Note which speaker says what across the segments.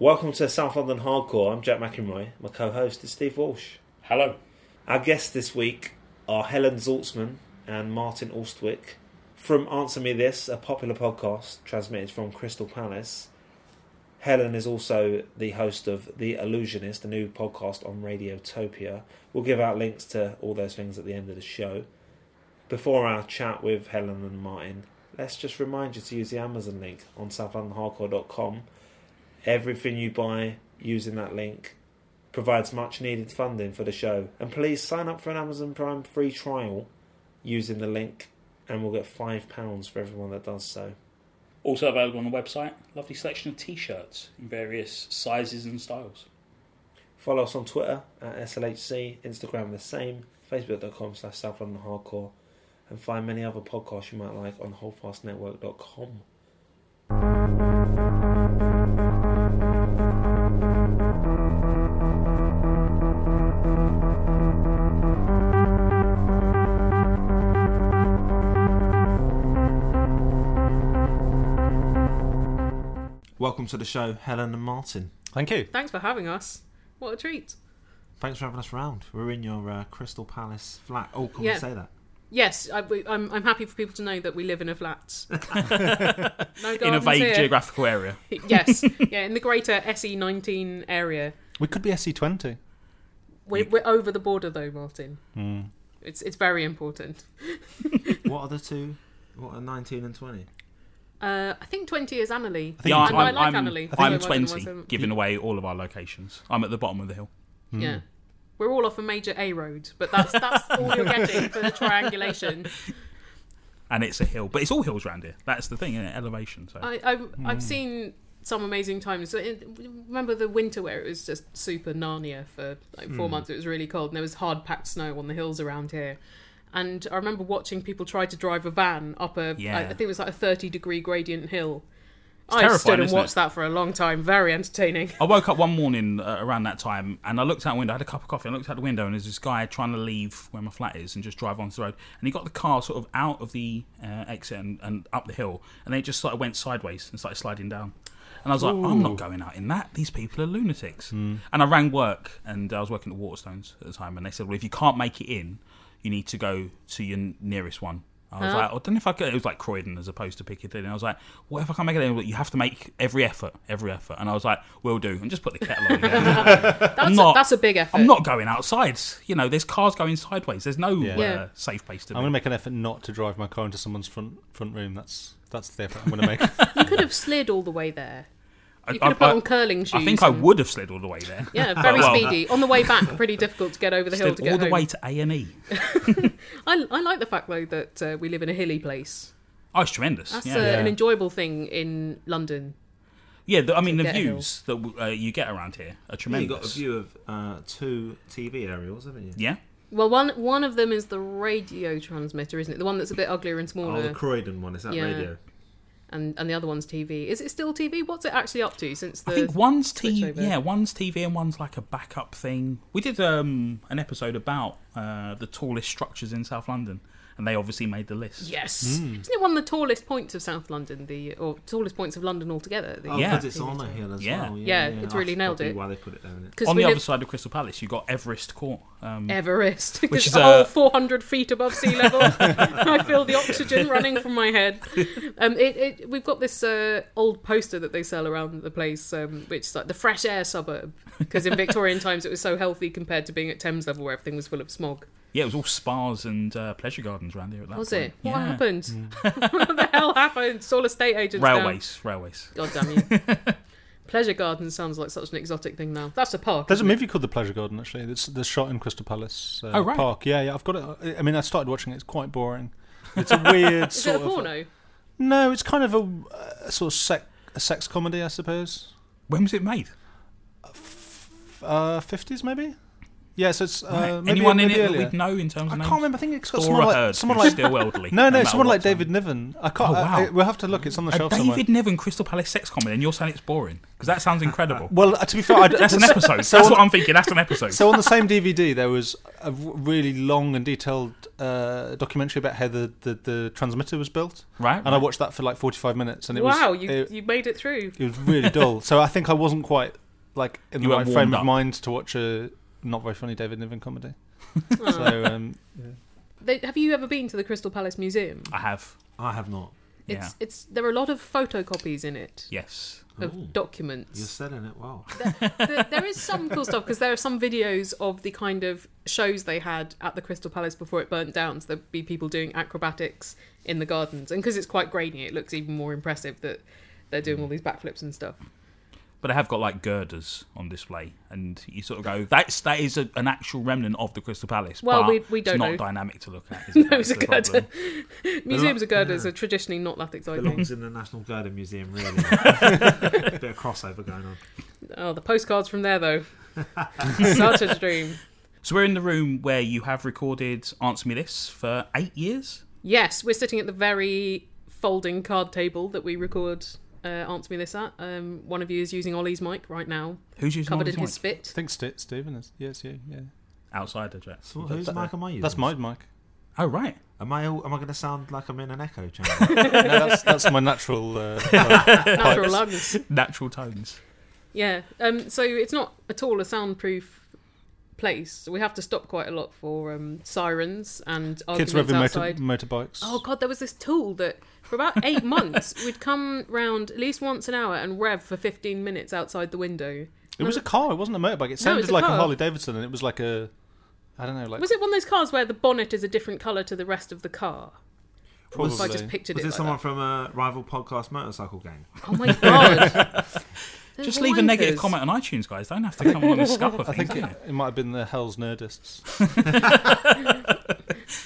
Speaker 1: Welcome to South London Hardcore. I'm Jack McEnroy. My co host is Steve Walsh.
Speaker 2: Hello.
Speaker 1: Our guests this week are Helen Zaltzman and Martin Alstwick from Answer Me This, a popular podcast transmitted from Crystal Palace. Helen is also the host of The Illusionist, a new podcast on Radiotopia. We'll give out links to all those things at the end of the show. Before our chat with Helen and Martin, let's just remind you to use the Amazon link on southlondonhardcore.com. Everything you buy using that link provides much needed funding for the show. And please sign up for an Amazon Prime free trial using the link, and we'll get £5 for everyone that does so.
Speaker 2: Also available on the website, lovely selection of t shirts in various sizes and styles.
Speaker 1: Follow us on Twitter at SLHC, Instagram the same, Facebook.com slash South London Hardcore, and find many other podcasts you might like on holdfastnetwork.com. Welcome to the show, Helen and Martin.
Speaker 3: Thank you.
Speaker 4: Thanks for having us. What a treat.
Speaker 1: Thanks for having us round. We're in your uh, Crystal Palace flat. Oh, can
Speaker 4: Yeah.
Speaker 1: we say that?
Speaker 4: Yes, I, we, I'm, I'm happy for people to know that we live in a flat. no
Speaker 3: In a
Speaker 4: gardens
Speaker 3: vague
Speaker 4: here.
Speaker 3: geographical area.
Speaker 4: Yes, yeah, in the greater SE19 area.
Speaker 3: We could be E SE20.
Speaker 4: We're, we're over the border though, Martin.
Speaker 3: Hmm.
Speaker 4: It's it's very important.
Speaker 1: What are the two? What are 19 and 20?
Speaker 4: Uh, I think 20 is Annalee.
Speaker 3: think it's-
Speaker 4: and I
Speaker 3: I'm-
Speaker 4: like
Speaker 3: I'm-
Speaker 4: Annalee.
Speaker 3: I'm
Speaker 4: so I don't know why
Speaker 3: 20,
Speaker 4: I'm-
Speaker 2: Giving away all of our locations.
Speaker 3: I'm at the bottom of the hill. Hmm.
Speaker 4: Yeah. We're all off a major A road, but that's that's all you're getting for the triangulation.
Speaker 2: And it's a hill. But it's all hills round here. That's the thing, isn't it? Elevation. So
Speaker 4: I, I
Speaker 2: Hmm.
Speaker 4: I've seen some amazing times. So in- Remember the winter where it was just super Narnia for like
Speaker 2: Hmm.
Speaker 4: four months. It was really cold and there was hard packed snow on the hills around here. And I remember watching people try to drive a van up a I
Speaker 2: Yeah.
Speaker 4: I think it was like a thirty degree gradient hill. I
Speaker 3: terrifying,
Speaker 4: stood and
Speaker 3: isn't
Speaker 4: watched
Speaker 3: it?
Speaker 4: that for a long time. Very entertaining.
Speaker 2: I woke up one morning uh, around that time and I looked out the window. I had a cup of coffee. I looked out the window and there's this guy trying to leave where my flat is and just drive onto the road. And he got the car sort of out of the uh, exit and, and up the hill. And then it just sort of went sideways and started sliding down. And I was like, I'm not going out in that. These people are lunatics. And I rang work and I was working at Waterstones at the time. And they said, Well, if you can't make it in, you need to go to your n- nearest one. I was like, I don't know if I could. It was like Croydon as opposed to Piccadilly. And I was like, what if I can't make it? in? Well, You have to make every effort, every effort. And I was like, will do. And just put the kettle on. Again.
Speaker 4: That's
Speaker 2: not-
Speaker 4: a, that's a big effort.
Speaker 2: I'm not going outside. You know, there's cars going sideways. There's no
Speaker 3: Yeah.
Speaker 4: Yeah.
Speaker 2: Uh, safe place to
Speaker 3: I'm going
Speaker 2: be.
Speaker 3: to make an effort not to drive my car into someone's front front room. That's that's the effort I'm going to make.
Speaker 4: You could have slid all the way there.
Speaker 2: I-
Speaker 4: You could
Speaker 2: I-
Speaker 4: have put
Speaker 2: I-
Speaker 4: on curling shoes.
Speaker 2: I think I
Speaker 4: and-
Speaker 2: would have slid all the way there.
Speaker 4: Yeah,
Speaker 2: But,
Speaker 4: very
Speaker 2: well,
Speaker 4: speedy. On the way back, pretty difficult to get over the hill
Speaker 2: Slid
Speaker 4: to get
Speaker 2: all the
Speaker 4: home.
Speaker 2: way to A and E.
Speaker 4: I, I like the fact though that uh, we live in a hilly place.
Speaker 2: Oh, it's tremendous.
Speaker 4: That's
Speaker 2: yeah.
Speaker 4: uh,
Speaker 3: Yeah.
Speaker 4: an enjoyable thing in London.
Speaker 2: Yeah, the, I mean the
Speaker 4: get
Speaker 2: views that uh, you get around here are
Speaker 1: You've
Speaker 2: tremendous.
Speaker 1: got a view of uh, two TV aerials, haven't you?
Speaker 2: Yeah,
Speaker 4: Well, one one of them is the radio transmitter, isn't it? The one that's a bit uglier and
Speaker 1: Oh, the
Speaker 4: smaller,
Speaker 1: Croydon one. Is that
Speaker 4: Yeah.
Speaker 1: radio?
Speaker 4: and and the other one's TV. Is it still TV? What's it actually up to since the?
Speaker 2: I think one's TV.
Speaker 4: switchover.
Speaker 2: Yeah, one's TV and one's like a backup thing. We did um, an episode about uh, the tallest structures in South London, and they obviously made the list.
Speaker 4: Yes,
Speaker 2: Hmm.
Speaker 4: isn't it one of the tallest points of South London, the or tallest points of London altogether?
Speaker 1: Oh,
Speaker 4: The,
Speaker 2: Yeah.
Speaker 1: because it's on a hill as
Speaker 2: Yeah.
Speaker 1: well.
Speaker 4: Yeah, it's really
Speaker 1: That's
Speaker 4: nailed
Speaker 1: probably
Speaker 4: it.
Speaker 1: Why they put it there, isn't it?
Speaker 4: 'cause
Speaker 2: On
Speaker 4: we
Speaker 2: the other
Speaker 4: live-
Speaker 2: side of Crystal Palace, you got Everest Court. Um,
Speaker 4: Everest, because
Speaker 2: is
Speaker 4: the
Speaker 2: a-
Speaker 4: whole 400 feet above sea level. I feel the oxygen running from my head. Um, it, it, we've got this uh, old poster that they sell around the place, um, which is like the fresh air suburb, because in Victorian times it was so healthy compared to being at Thames level where everything was full of smog.
Speaker 2: yeah, it was all spas and uh, pleasure gardens around here at that
Speaker 4: Was
Speaker 2: point.
Speaker 4: it? What
Speaker 2: Yeah.
Speaker 4: happened?
Speaker 3: Mm.
Speaker 4: what the hell happened? It's all estate agents. now.
Speaker 2: Railways, railways.
Speaker 4: God damn you. Pleasure garden sounds like such an exotic thing now. That's a park.
Speaker 3: There's a
Speaker 4: isn't it?
Speaker 3: movie called The Pleasure Garden, actually. That's the shot in Crystal Palace uh,
Speaker 2: Oh, right.
Speaker 3: Park. Yeah, yeah. I've got it. I mean, I started watching it. It's quite boring. It's a weird
Speaker 4: Is
Speaker 3: sort
Speaker 4: it a
Speaker 3: of.
Speaker 4: porno?
Speaker 3: No, it's kind of a, a sort of sex, a sex comedy, I suppose.
Speaker 2: When was it made?
Speaker 3: Uh, 50s, maybe? Yeah, so it's uh,
Speaker 2: Right.
Speaker 3: maybe,
Speaker 2: Anyone in
Speaker 3: maybe
Speaker 2: it
Speaker 3: earlier.
Speaker 2: that we know in terms
Speaker 3: I
Speaker 2: of
Speaker 3: can't
Speaker 2: names?
Speaker 3: remember. I think it's got
Speaker 2: Dora
Speaker 3: someone like
Speaker 2: Hurd,
Speaker 3: someone
Speaker 2: who's
Speaker 3: like
Speaker 2: still worldly.
Speaker 3: no, no,
Speaker 2: matter
Speaker 3: someone
Speaker 2: what
Speaker 3: like
Speaker 2: time.
Speaker 3: David Niven. I can't.
Speaker 2: Oh,
Speaker 3: I- I-
Speaker 2: wow.
Speaker 3: we'll have to look. It's on the
Speaker 2: A
Speaker 3: shelf
Speaker 2: David
Speaker 3: somewhere.
Speaker 2: Niven Crystal Palace sex comedy, and you're saying it's boring because that sounds incredible.
Speaker 3: Well, uh, to be fair, I d-
Speaker 2: That's an episode.
Speaker 3: So
Speaker 2: That's
Speaker 3: on-
Speaker 2: what I'm thinking. That's an episode.
Speaker 3: So on the same DVD, there was a r- really long and detailed uh, documentary about how the, the, the transmitter was built,
Speaker 2: right?
Speaker 3: and I watched that for like forty five minutes, and it
Speaker 4: wow,
Speaker 3: was
Speaker 4: you
Speaker 3: it,
Speaker 4: you made it through.
Speaker 3: it was really dull. So I think I wasn't quite like in
Speaker 2: You
Speaker 3: the
Speaker 2: weren't
Speaker 3: right frame
Speaker 2: warmed
Speaker 3: of
Speaker 2: up.
Speaker 3: mind to watch a not very funny David Niven comedy.
Speaker 4: Oh.
Speaker 3: So um,
Speaker 4: They- have you ever been to the Crystal Palace Museum?
Speaker 2: I have.
Speaker 5: I have not.
Speaker 4: It's
Speaker 2: Yeah.
Speaker 4: it's there are a lot of photocopies in it
Speaker 2: Yes.
Speaker 4: of
Speaker 5: Ooh. You're
Speaker 4: documents.
Speaker 5: selling it well.
Speaker 4: There- there is some cool stuff because there are some videos of the kind of shows they had at the Crystal Palace before it burnt down. So there'd be people doing acrobatics in the gardens, and because it's quite grainy, it looks even more impressive that they're doing all these backflips and stuff.
Speaker 2: But I have got like girders on display, and you sort of go, "That's that is a, an actual remnant of the Crystal Palace."
Speaker 4: Well,
Speaker 2: but
Speaker 4: we- we don't
Speaker 2: it's not
Speaker 4: know.
Speaker 2: dynamic to look at. Is it?
Speaker 4: No, it's a
Speaker 2: That's the problem.
Speaker 4: girder. Museums of girders
Speaker 5: yeah.
Speaker 4: are traditionally not that exciting.
Speaker 5: Belongs in the National Garden Museum, really. Bit of crossover going on.
Speaker 4: Oh, the postcards from there though. Such a dream.
Speaker 2: So we're in the room where you have recorded "Answer Me This" for eight years.
Speaker 4: Yes, we're sitting at the very folding card table that we record uh, Answer Me This at. Um, one of you is using Ollie's mic right now,
Speaker 2: Who's using
Speaker 4: covered
Speaker 2: Oliver's
Speaker 4: in his
Speaker 2: mic?
Speaker 3: I
Speaker 4: spit.
Speaker 3: think St- Stephen is. Yeah, it's you. Yeah,
Speaker 2: outside the dress?
Speaker 5: So whose
Speaker 3: That-
Speaker 5: mic am I using?
Speaker 3: that's my mic.
Speaker 2: Oh right.
Speaker 5: Am I all, am I going to sound like I'm in an echo chamber?
Speaker 3: No, that's, that's my natural. Uh,
Speaker 4: Natural lungs.
Speaker 2: Natural tones.
Speaker 4: Yeah. Um, so it's not at all a soundproof place. So we have to stop quite a lot for um, sirens and
Speaker 3: kids
Speaker 4: arguments
Speaker 3: revving motor,
Speaker 4: outside.
Speaker 3: motorbikes.
Speaker 4: Oh god, there was this tool that for about eight months we'd come round at least once an hour and rev for fifteen minutes outside the window.
Speaker 3: It was a car. It wasn't a motorbike. It
Speaker 4: No, it
Speaker 3: sounded
Speaker 4: was a
Speaker 3: like a
Speaker 4: car.
Speaker 3: Harley Davidson, and it was like a, I don't know, like
Speaker 4: Was it one of those cars where the bonnet is a different colour to the rest of the car?
Speaker 3: probably.
Speaker 4: So I just pictured
Speaker 5: Was
Speaker 4: it.
Speaker 5: it
Speaker 4: like
Speaker 5: someone
Speaker 4: that.
Speaker 5: from a rival podcast motorcycle gang?
Speaker 4: Oh my god! They're
Speaker 2: Just leave a negative
Speaker 4: wankers.
Speaker 2: comment on iTunes, guys. Don't have to come on and scupper
Speaker 3: I
Speaker 2: things.
Speaker 3: think
Speaker 2: do
Speaker 3: it,
Speaker 2: you?
Speaker 3: it might have been the Hell's Nerdists.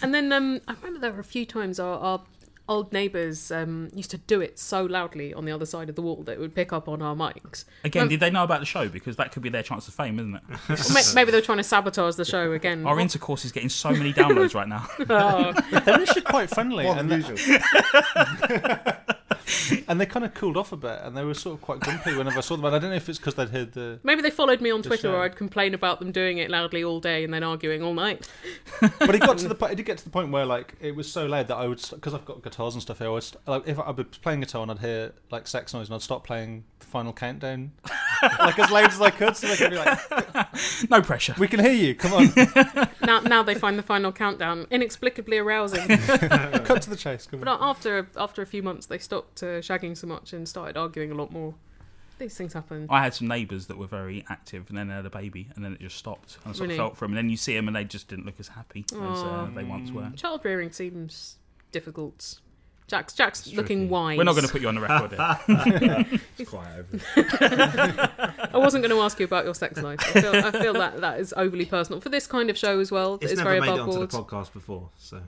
Speaker 4: And then um, I remember there were a few times our, our old neighbours um, used to do it so loudly on the other side of the wall that it would pick up on our mics.
Speaker 2: Again,
Speaker 4: Um,
Speaker 2: did they know about the show? Because that could be their chance of fame, isn't it?
Speaker 4: Or may- Maybe they were trying to sabotage the show again.
Speaker 2: Our intercourse is getting so many downloads right now.
Speaker 4: Oh.
Speaker 3: They're actually quite friendly, and they,
Speaker 5: usual.
Speaker 3: and they kind of cooled off a bit, and they were sort of quite grumpy whenever I saw them. And I don't know if it's because they'd heard the.
Speaker 4: Maybe they followed me on Twitter,
Speaker 3: show.
Speaker 4: or I'd complain about them doing it loudly all day and then arguing all night.
Speaker 3: But it got to the point. It did get to the point where like it was so loud that I would because I've got guitars and stuff here. I was like if I'd be playing guitar and I'd hear like sex noise, and I'd start playing the final countdown like as loud as I could, so they could be like,
Speaker 2: No pressure.
Speaker 3: "We can hear you. Come on,
Speaker 4: Now, now they find the final countdown inexplicably arousing.
Speaker 3: cut to the chase. Come
Speaker 4: But
Speaker 3: on."
Speaker 4: after after a few months, they stopped uh, shagging so much and started arguing a lot more. These things happen.
Speaker 2: I had some neighbours that were very active, and then they had a baby, and then it just stopped. And I sort
Speaker 4: Really?
Speaker 2: of felt for them. And then you see them, and they just didn't look as happy as uh,
Speaker 4: Aw.
Speaker 2: they once were.
Speaker 4: Child rearing seems difficult. Jack's Jack's looking
Speaker 5: tricky.
Speaker 4: wise.
Speaker 2: We're not going to put you on the record. here.
Speaker 5: It's quiet over there.
Speaker 4: I wasn't going to ask you about your sex life. I feel, I feel that that is overly personal for this kind of show as well. It's,
Speaker 5: It's never
Speaker 4: very
Speaker 5: made it
Speaker 4: above
Speaker 5: onto
Speaker 4: board.
Speaker 5: the podcast before, so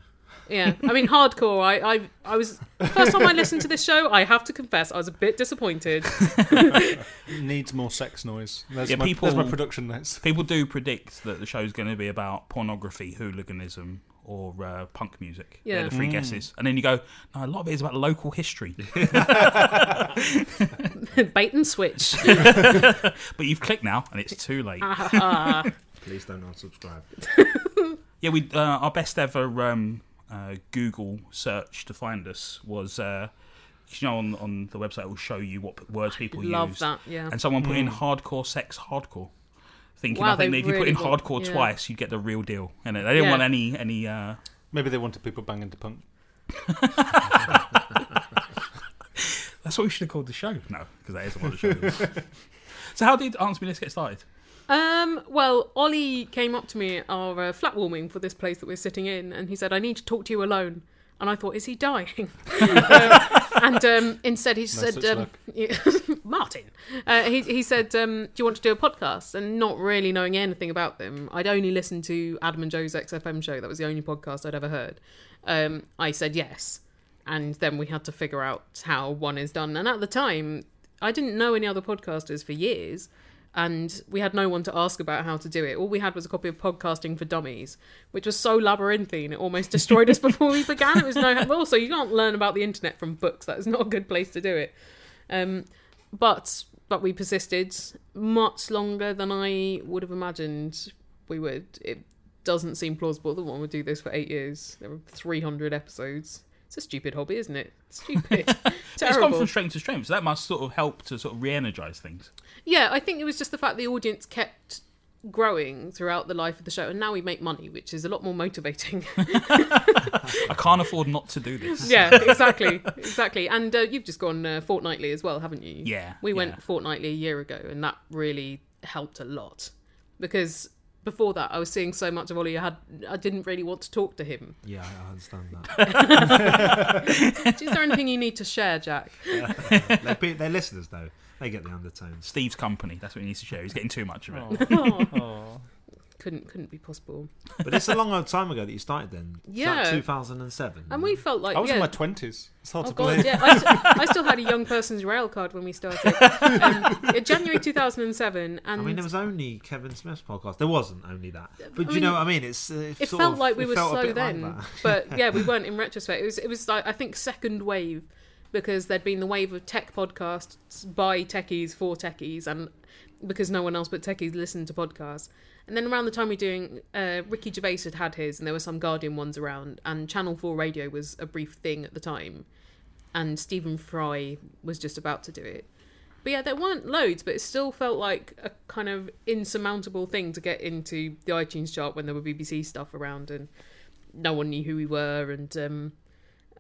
Speaker 4: Yeah, I mean hardcore. I, I I was first time I listened to this show. I have to confess, I was a bit disappointed.
Speaker 3: Needs more sex noise. There's,
Speaker 2: Yeah,
Speaker 3: my,
Speaker 2: people-
Speaker 3: there's my production notes.
Speaker 2: People do predict that the show's going to be about pornography, hooliganism, or uh, punk music. They're
Speaker 4: Yeah.
Speaker 2: the three guesses. And then you go, no, a lot of it is about local history.
Speaker 4: Bait and switch.
Speaker 2: but you've clicked now, and it's too late.
Speaker 5: please don't unsubscribe.
Speaker 2: Yeah, we uh, our best ever um, uh, Google search to find us was. Uh, 'cause you know, on, on the website, it will show you what p- words people
Speaker 4: Love
Speaker 2: use.
Speaker 4: that. Yeah.
Speaker 2: And someone put in hardcore sex hardcore, thinking
Speaker 4: Wow,
Speaker 2: I think
Speaker 4: they
Speaker 2: if you put
Speaker 4: really
Speaker 2: in
Speaker 4: got-
Speaker 2: hardcore
Speaker 4: yeah.
Speaker 2: twice, you'd get the real deal. And they didn't
Speaker 4: Yeah.
Speaker 2: want any any. Uh,
Speaker 3: Maybe they wanted people banging to punk.
Speaker 2: that's what we should have called the show. No, because that is what the show is. so how did Answer Me Let's get started?
Speaker 4: Um, well, Ollie came up to me at our uh, flat warming for this place that we're sitting in, and he said, I need to talk to you alone. And I thought, is he dying? Um, and um, instead, he said,
Speaker 3: such
Speaker 4: um,
Speaker 3: luck.
Speaker 4: Martin, uh, he, he said, um, Do you want to do a podcast? And not really knowing anything about them, I'd only listened to Adam and Joe's XFM show. That was the only podcast I'd ever heard. Um, I said yes. And then we had to figure out how one is done. And at the time, I didn't know any other podcasters for years. and we had no one to ask about how to do it. All we had was a copy of Podcasting for Dummies, which was so labyrinthine it almost destroyed us before we began. It was no well, so you can't learn about the internet from books. That is not a good place to do it. Um, but but we persisted much longer than I would have imagined we would. It doesn't seem plausible that one would do this for eight years. There were 300 episodes. It's a stupid hobby, isn't it? Stupid.
Speaker 2: It's gone
Speaker 4: Terrible.
Speaker 2: from strength to strength, so that must sort of help to sort of re-energize things.
Speaker 4: Yeah, I think it was just the fact the audience kept growing throughout the life of the show, and now we make money, which is a lot more motivating.
Speaker 2: I can't afford not to do this.
Speaker 4: yeah, exactly, exactly. And uh, you've just gone uh, fortnightly as well, haven't you?
Speaker 2: Yeah,
Speaker 4: we went
Speaker 2: yeah.
Speaker 4: fortnightly a year ago, and that really helped a lot because before that, I was seeing so much of Ollie. I had I didn't really want to talk to him.
Speaker 5: Yeah, I I understand that.
Speaker 4: Is there anything you need to share, Jack?
Speaker 5: they're, pe- they're listeners, though. They get the undertones.
Speaker 2: Steve's company. That's what he needs to share. He's getting too much of it.
Speaker 4: Oh,
Speaker 3: Oh.
Speaker 4: couldn't couldn't be possible.
Speaker 5: But it's a long old time ago that you started then. It's
Speaker 4: Yeah.
Speaker 5: Like 2007.
Speaker 4: And we felt like
Speaker 3: I was
Speaker 4: yeah,
Speaker 3: in my twenties. It's hard
Speaker 4: Oh
Speaker 3: to
Speaker 4: god,
Speaker 3: believe.
Speaker 4: yeah. I, st- I still had a young person's rail card when we started. Um, yeah, January 2007, and
Speaker 5: I mean, there was only Kevin Smith's podcast. There wasn't only that. But
Speaker 4: I
Speaker 5: do you
Speaker 4: mean,
Speaker 5: know what I mean? It's uh,
Speaker 4: it
Speaker 5: sort
Speaker 4: felt
Speaker 5: of-
Speaker 4: like we
Speaker 5: it
Speaker 4: were
Speaker 5: felt a
Speaker 4: slow
Speaker 5: bit like
Speaker 4: then,
Speaker 5: that.
Speaker 4: but yeah, we weren't in retrospect. It was it was like I think second wave because there'd been the wave of tech podcasts by techies for techies, and because no one else but techies listened to podcasts. And then around the time we were doing, uh, Ricky Gervais had had his, and there were some Guardian ones around, and Channel Four Radio was a brief thing at the time, and Stephen Fry was just about to do it. But yeah, there weren't loads, but it still felt like a kind of insurmountable thing to get into the iTunes chart when there were BBC stuff around and no one knew who we were. And um,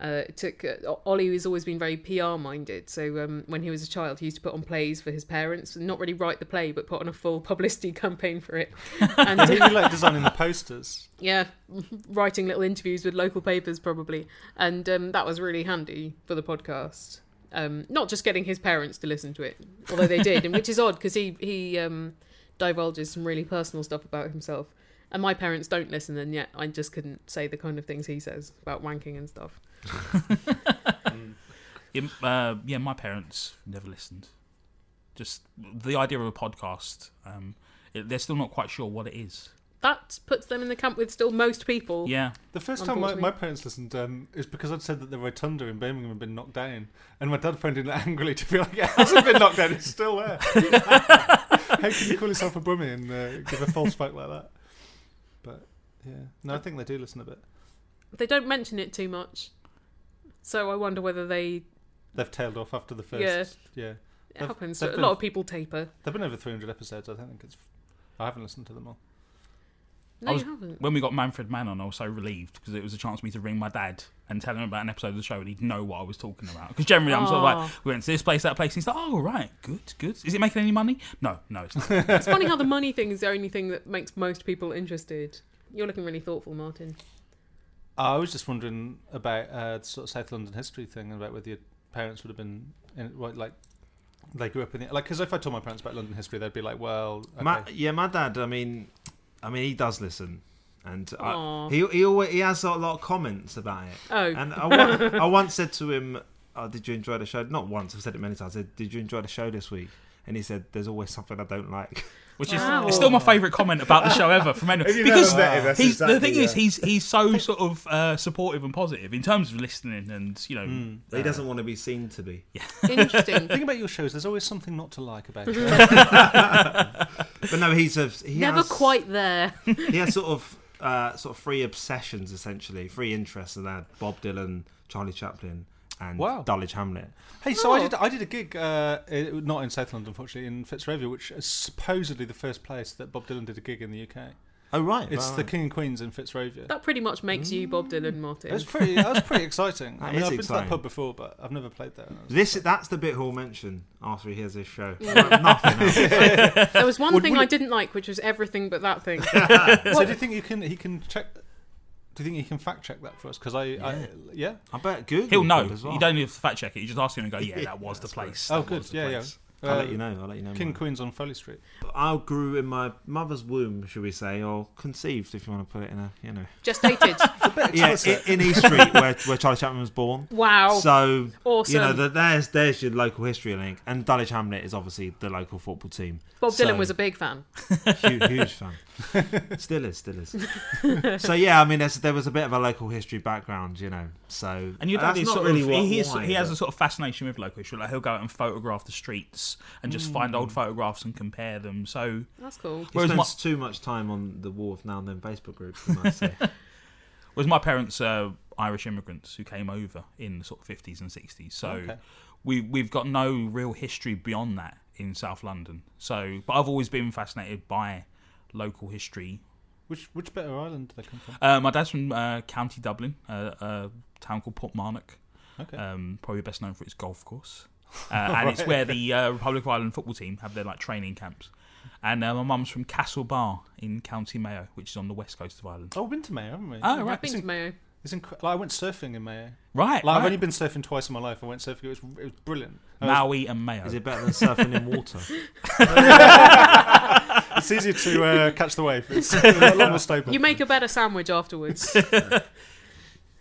Speaker 4: uh, it took uh, Ollie has always been very PR minded. So um, when he was a child, he used to put on plays for his parents, not really write the play, but put on a full publicity campaign for it. And
Speaker 3: I really like designing the posters.
Speaker 4: yeah, writing little interviews with local papers probably, and um, that was really handy for the podcast. Um, not just getting his parents to listen to it, although they did, and which is odd because he he um, divulges some really personal stuff about himself, and my parents don't listen, and yet I just couldn't say the kind of things he says about wanking and stuff.
Speaker 2: Yeah, uh, yeah, my parents never listened. Just the idea of a podcast. Um, it, they're still not quite sure what it is.
Speaker 4: That puts them in the camp with still most people.
Speaker 2: Yeah,
Speaker 3: The first time my,
Speaker 4: Unfortunately.
Speaker 3: my parents listened um, is because I'd said that the rotunda in Birmingham had been knocked down, and my dad phoned in angrily to be like, "It hasn't been knocked down; it's still there." How can you call yourself a bummy and uh, give a false fact like that? But yeah, no, I think they do listen a bit.
Speaker 4: They don't mention it too much, so I wonder whether they.
Speaker 3: They've tailed off after the
Speaker 4: Yeah.
Speaker 3: first. Yeah,
Speaker 4: It
Speaker 3: They've-
Speaker 4: happens.
Speaker 3: they've
Speaker 4: A
Speaker 3: been-
Speaker 4: lot of people taper.
Speaker 3: they've been over three hundred episodes. I don't think it's. I haven't listened to them all.
Speaker 4: No,
Speaker 2: I was-
Speaker 4: you haven't.
Speaker 2: when we got Manfred Mann on, I was so relieved because it was a chance for me to ring my dad and tell him about an episode of the show, and he'd know what I was talking about. Because generally, I'm sort of
Speaker 4: Aw.
Speaker 2: like, we went to this place, that place. And he's like, oh right, good, good. Is it making any money? No, no, it's not.
Speaker 4: It's funny how the money thing is the only thing that makes most people interested. You're looking really thoughtful, Martin.
Speaker 3: I was just wondering about uh, the sort of South London history thing, and about whether your parents would have been in, what, like they grew up in the like. Because if I told my parents about London history, they'd be like, "Well, okay.
Speaker 5: My, yeah, my dad. I mean, I mean, he does listen, and I,
Speaker 4: Aw.
Speaker 5: he he always, he has a lot of comments about it.
Speaker 4: Oh,
Speaker 5: And I, on- I once said to him, oh, "Did you enjoy the show?" Not once. I've said it many times. I said, "Did you enjoy the show this week?" And he said, "There's always something I don't like."
Speaker 2: Which is
Speaker 4: Wow.
Speaker 2: it's still my favourite comment about the show ever from anyone.
Speaker 1: you
Speaker 2: Because
Speaker 1: never met him, that's
Speaker 2: he's, the
Speaker 1: exactly,
Speaker 2: thing is,
Speaker 1: yeah.
Speaker 2: he's he's so sort of uh, supportive and positive in terms of listening and you know.
Speaker 5: He doesn't want to be seen to be.
Speaker 4: interesting.
Speaker 3: Hmm. The thing about your shows, there's always something not to like about it.
Speaker 5: But no, he's a he
Speaker 4: Never
Speaker 5: has,
Speaker 4: quite there.
Speaker 5: he has sort of uh, sort of three obsessions essentially, three interests, and that Bob Dylan, Charlie Chaplin, and
Speaker 3: Wow.
Speaker 5: Dulwich Hamlet.
Speaker 3: Hey, so I
Speaker 4: Oh.
Speaker 3: did. I did a gig, uh, i- not in South London, unfortunately, in Fitzrovia, which is supposedly the first place that Bob Dylan did a gig in the UK.
Speaker 5: Oh right,
Speaker 3: It's
Speaker 5: right.
Speaker 3: the King and Queens in Fitzrovia.
Speaker 4: That pretty much makes you Bob Dylan, Martin.
Speaker 3: It was pretty. That was pretty exciting.
Speaker 5: That
Speaker 3: I mean,
Speaker 5: is
Speaker 3: I've been to
Speaker 5: exciting.
Speaker 3: that pub before, but I've never played there.
Speaker 5: This that's the bit he'll mention after he hears this show. Nothing else.
Speaker 4: There was one
Speaker 3: Would-
Speaker 4: thing
Speaker 3: would
Speaker 4: I
Speaker 3: it-
Speaker 4: didn't like, which was everything but that thing.
Speaker 3: So do you think you can? He can check. Do you think he can fact check that for us? Because I, yeah. I, yeah.
Speaker 5: I bet Google.
Speaker 2: He'll know.
Speaker 5: could as well.
Speaker 2: You don't need to fact check it. You just ask him and go, "Yeah, that was the place."
Speaker 3: Oh,
Speaker 2: that
Speaker 3: good.
Speaker 2: was the
Speaker 3: Yeah, yeah.
Speaker 2: place."
Speaker 1: I'll
Speaker 3: Uh,
Speaker 1: let you know. I'll let you know.
Speaker 3: King
Speaker 1: mine.
Speaker 3: Queen's on Foley Street.
Speaker 1: I grew in my mother's womb, should we say, or conceived, if you want to put it in a, you know,
Speaker 4: Gestated.
Speaker 1: yeah, i- in East Street, where, where Charlie Chaplin was born.
Speaker 4: wow.
Speaker 1: So
Speaker 4: awesome.
Speaker 1: you know, the, there's there's your local history link, and Dulwich Hamlet is obviously the local football team.
Speaker 4: Bob
Speaker 1: so-
Speaker 4: Dylan was a big fan.
Speaker 1: Huge, huge fan. Still is, still is. so yeah, I mean, there's, there was a bit of a local history background, you know. So
Speaker 2: And your
Speaker 1: that's
Speaker 2: dad is
Speaker 1: not
Speaker 2: sort
Speaker 1: really
Speaker 2: of,
Speaker 1: what
Speaker 2: he, is,
Speaker 1: why,
Speaker 2: he has
Speaker 1: but-
Speaker 2: a sort of fascination with local history. Like he'll go out and photograph the streets and just find old photographs and compare them. So
Speaker 4: That's cool.
Speaker 1: He
Speaker 2: Hmm. Whereas
Speaker 1: spends too much time on the Wharf now and then Facebook group, you might say.
Speaker 2: Whereas my parents are Irish immigrants who came over in the sort of fifties and sixties. So
Speaker 3: Okay.
Speaker 2: we we've got no real history beyond that in South London. So but I've always been fascinated by local history.
Speaker 3: Which which bit of Ireland do they come from?
Speaker 2: Uh, my dad's from uh, County Dublin, uh, a town called Portmarnock.
Speaker 3: Okay.
Speaker 2: Um, probably best known for its golf course, uh, and it's where the uh, Republic of Ireland football team have their like training camps. And uh, my mum's from Castle Bar in County Mayo, which is on the west coast of Ireland.
Speaker 3: oh, we've been to Mayo, haven't we?
Speaker 2: Oh,
Speaker 4: I've
Speaker 2: right,
Speaker 4: been
Speaker 3: It's,
Speaker 4: to
Speaker 3: in,
Speaker 4: Mayo.
Speaker 3: it's inc- like, I went surfing in Mayo.
Speaker 2: right,
Speaker 3: Like, I've
Speaker 2: right.
Speaker 3: only been surfing twice in my life. I went surfing. It was it was brilliant. And it was-
Speaker 2: Maui and Mayo.
Speaker 1: Is it better than surfing in water?
Speaker 3: it's easier to uh, catch the wave. It's a lot more stable.
Speaker 4: You make a better sandwich afterwards. uh,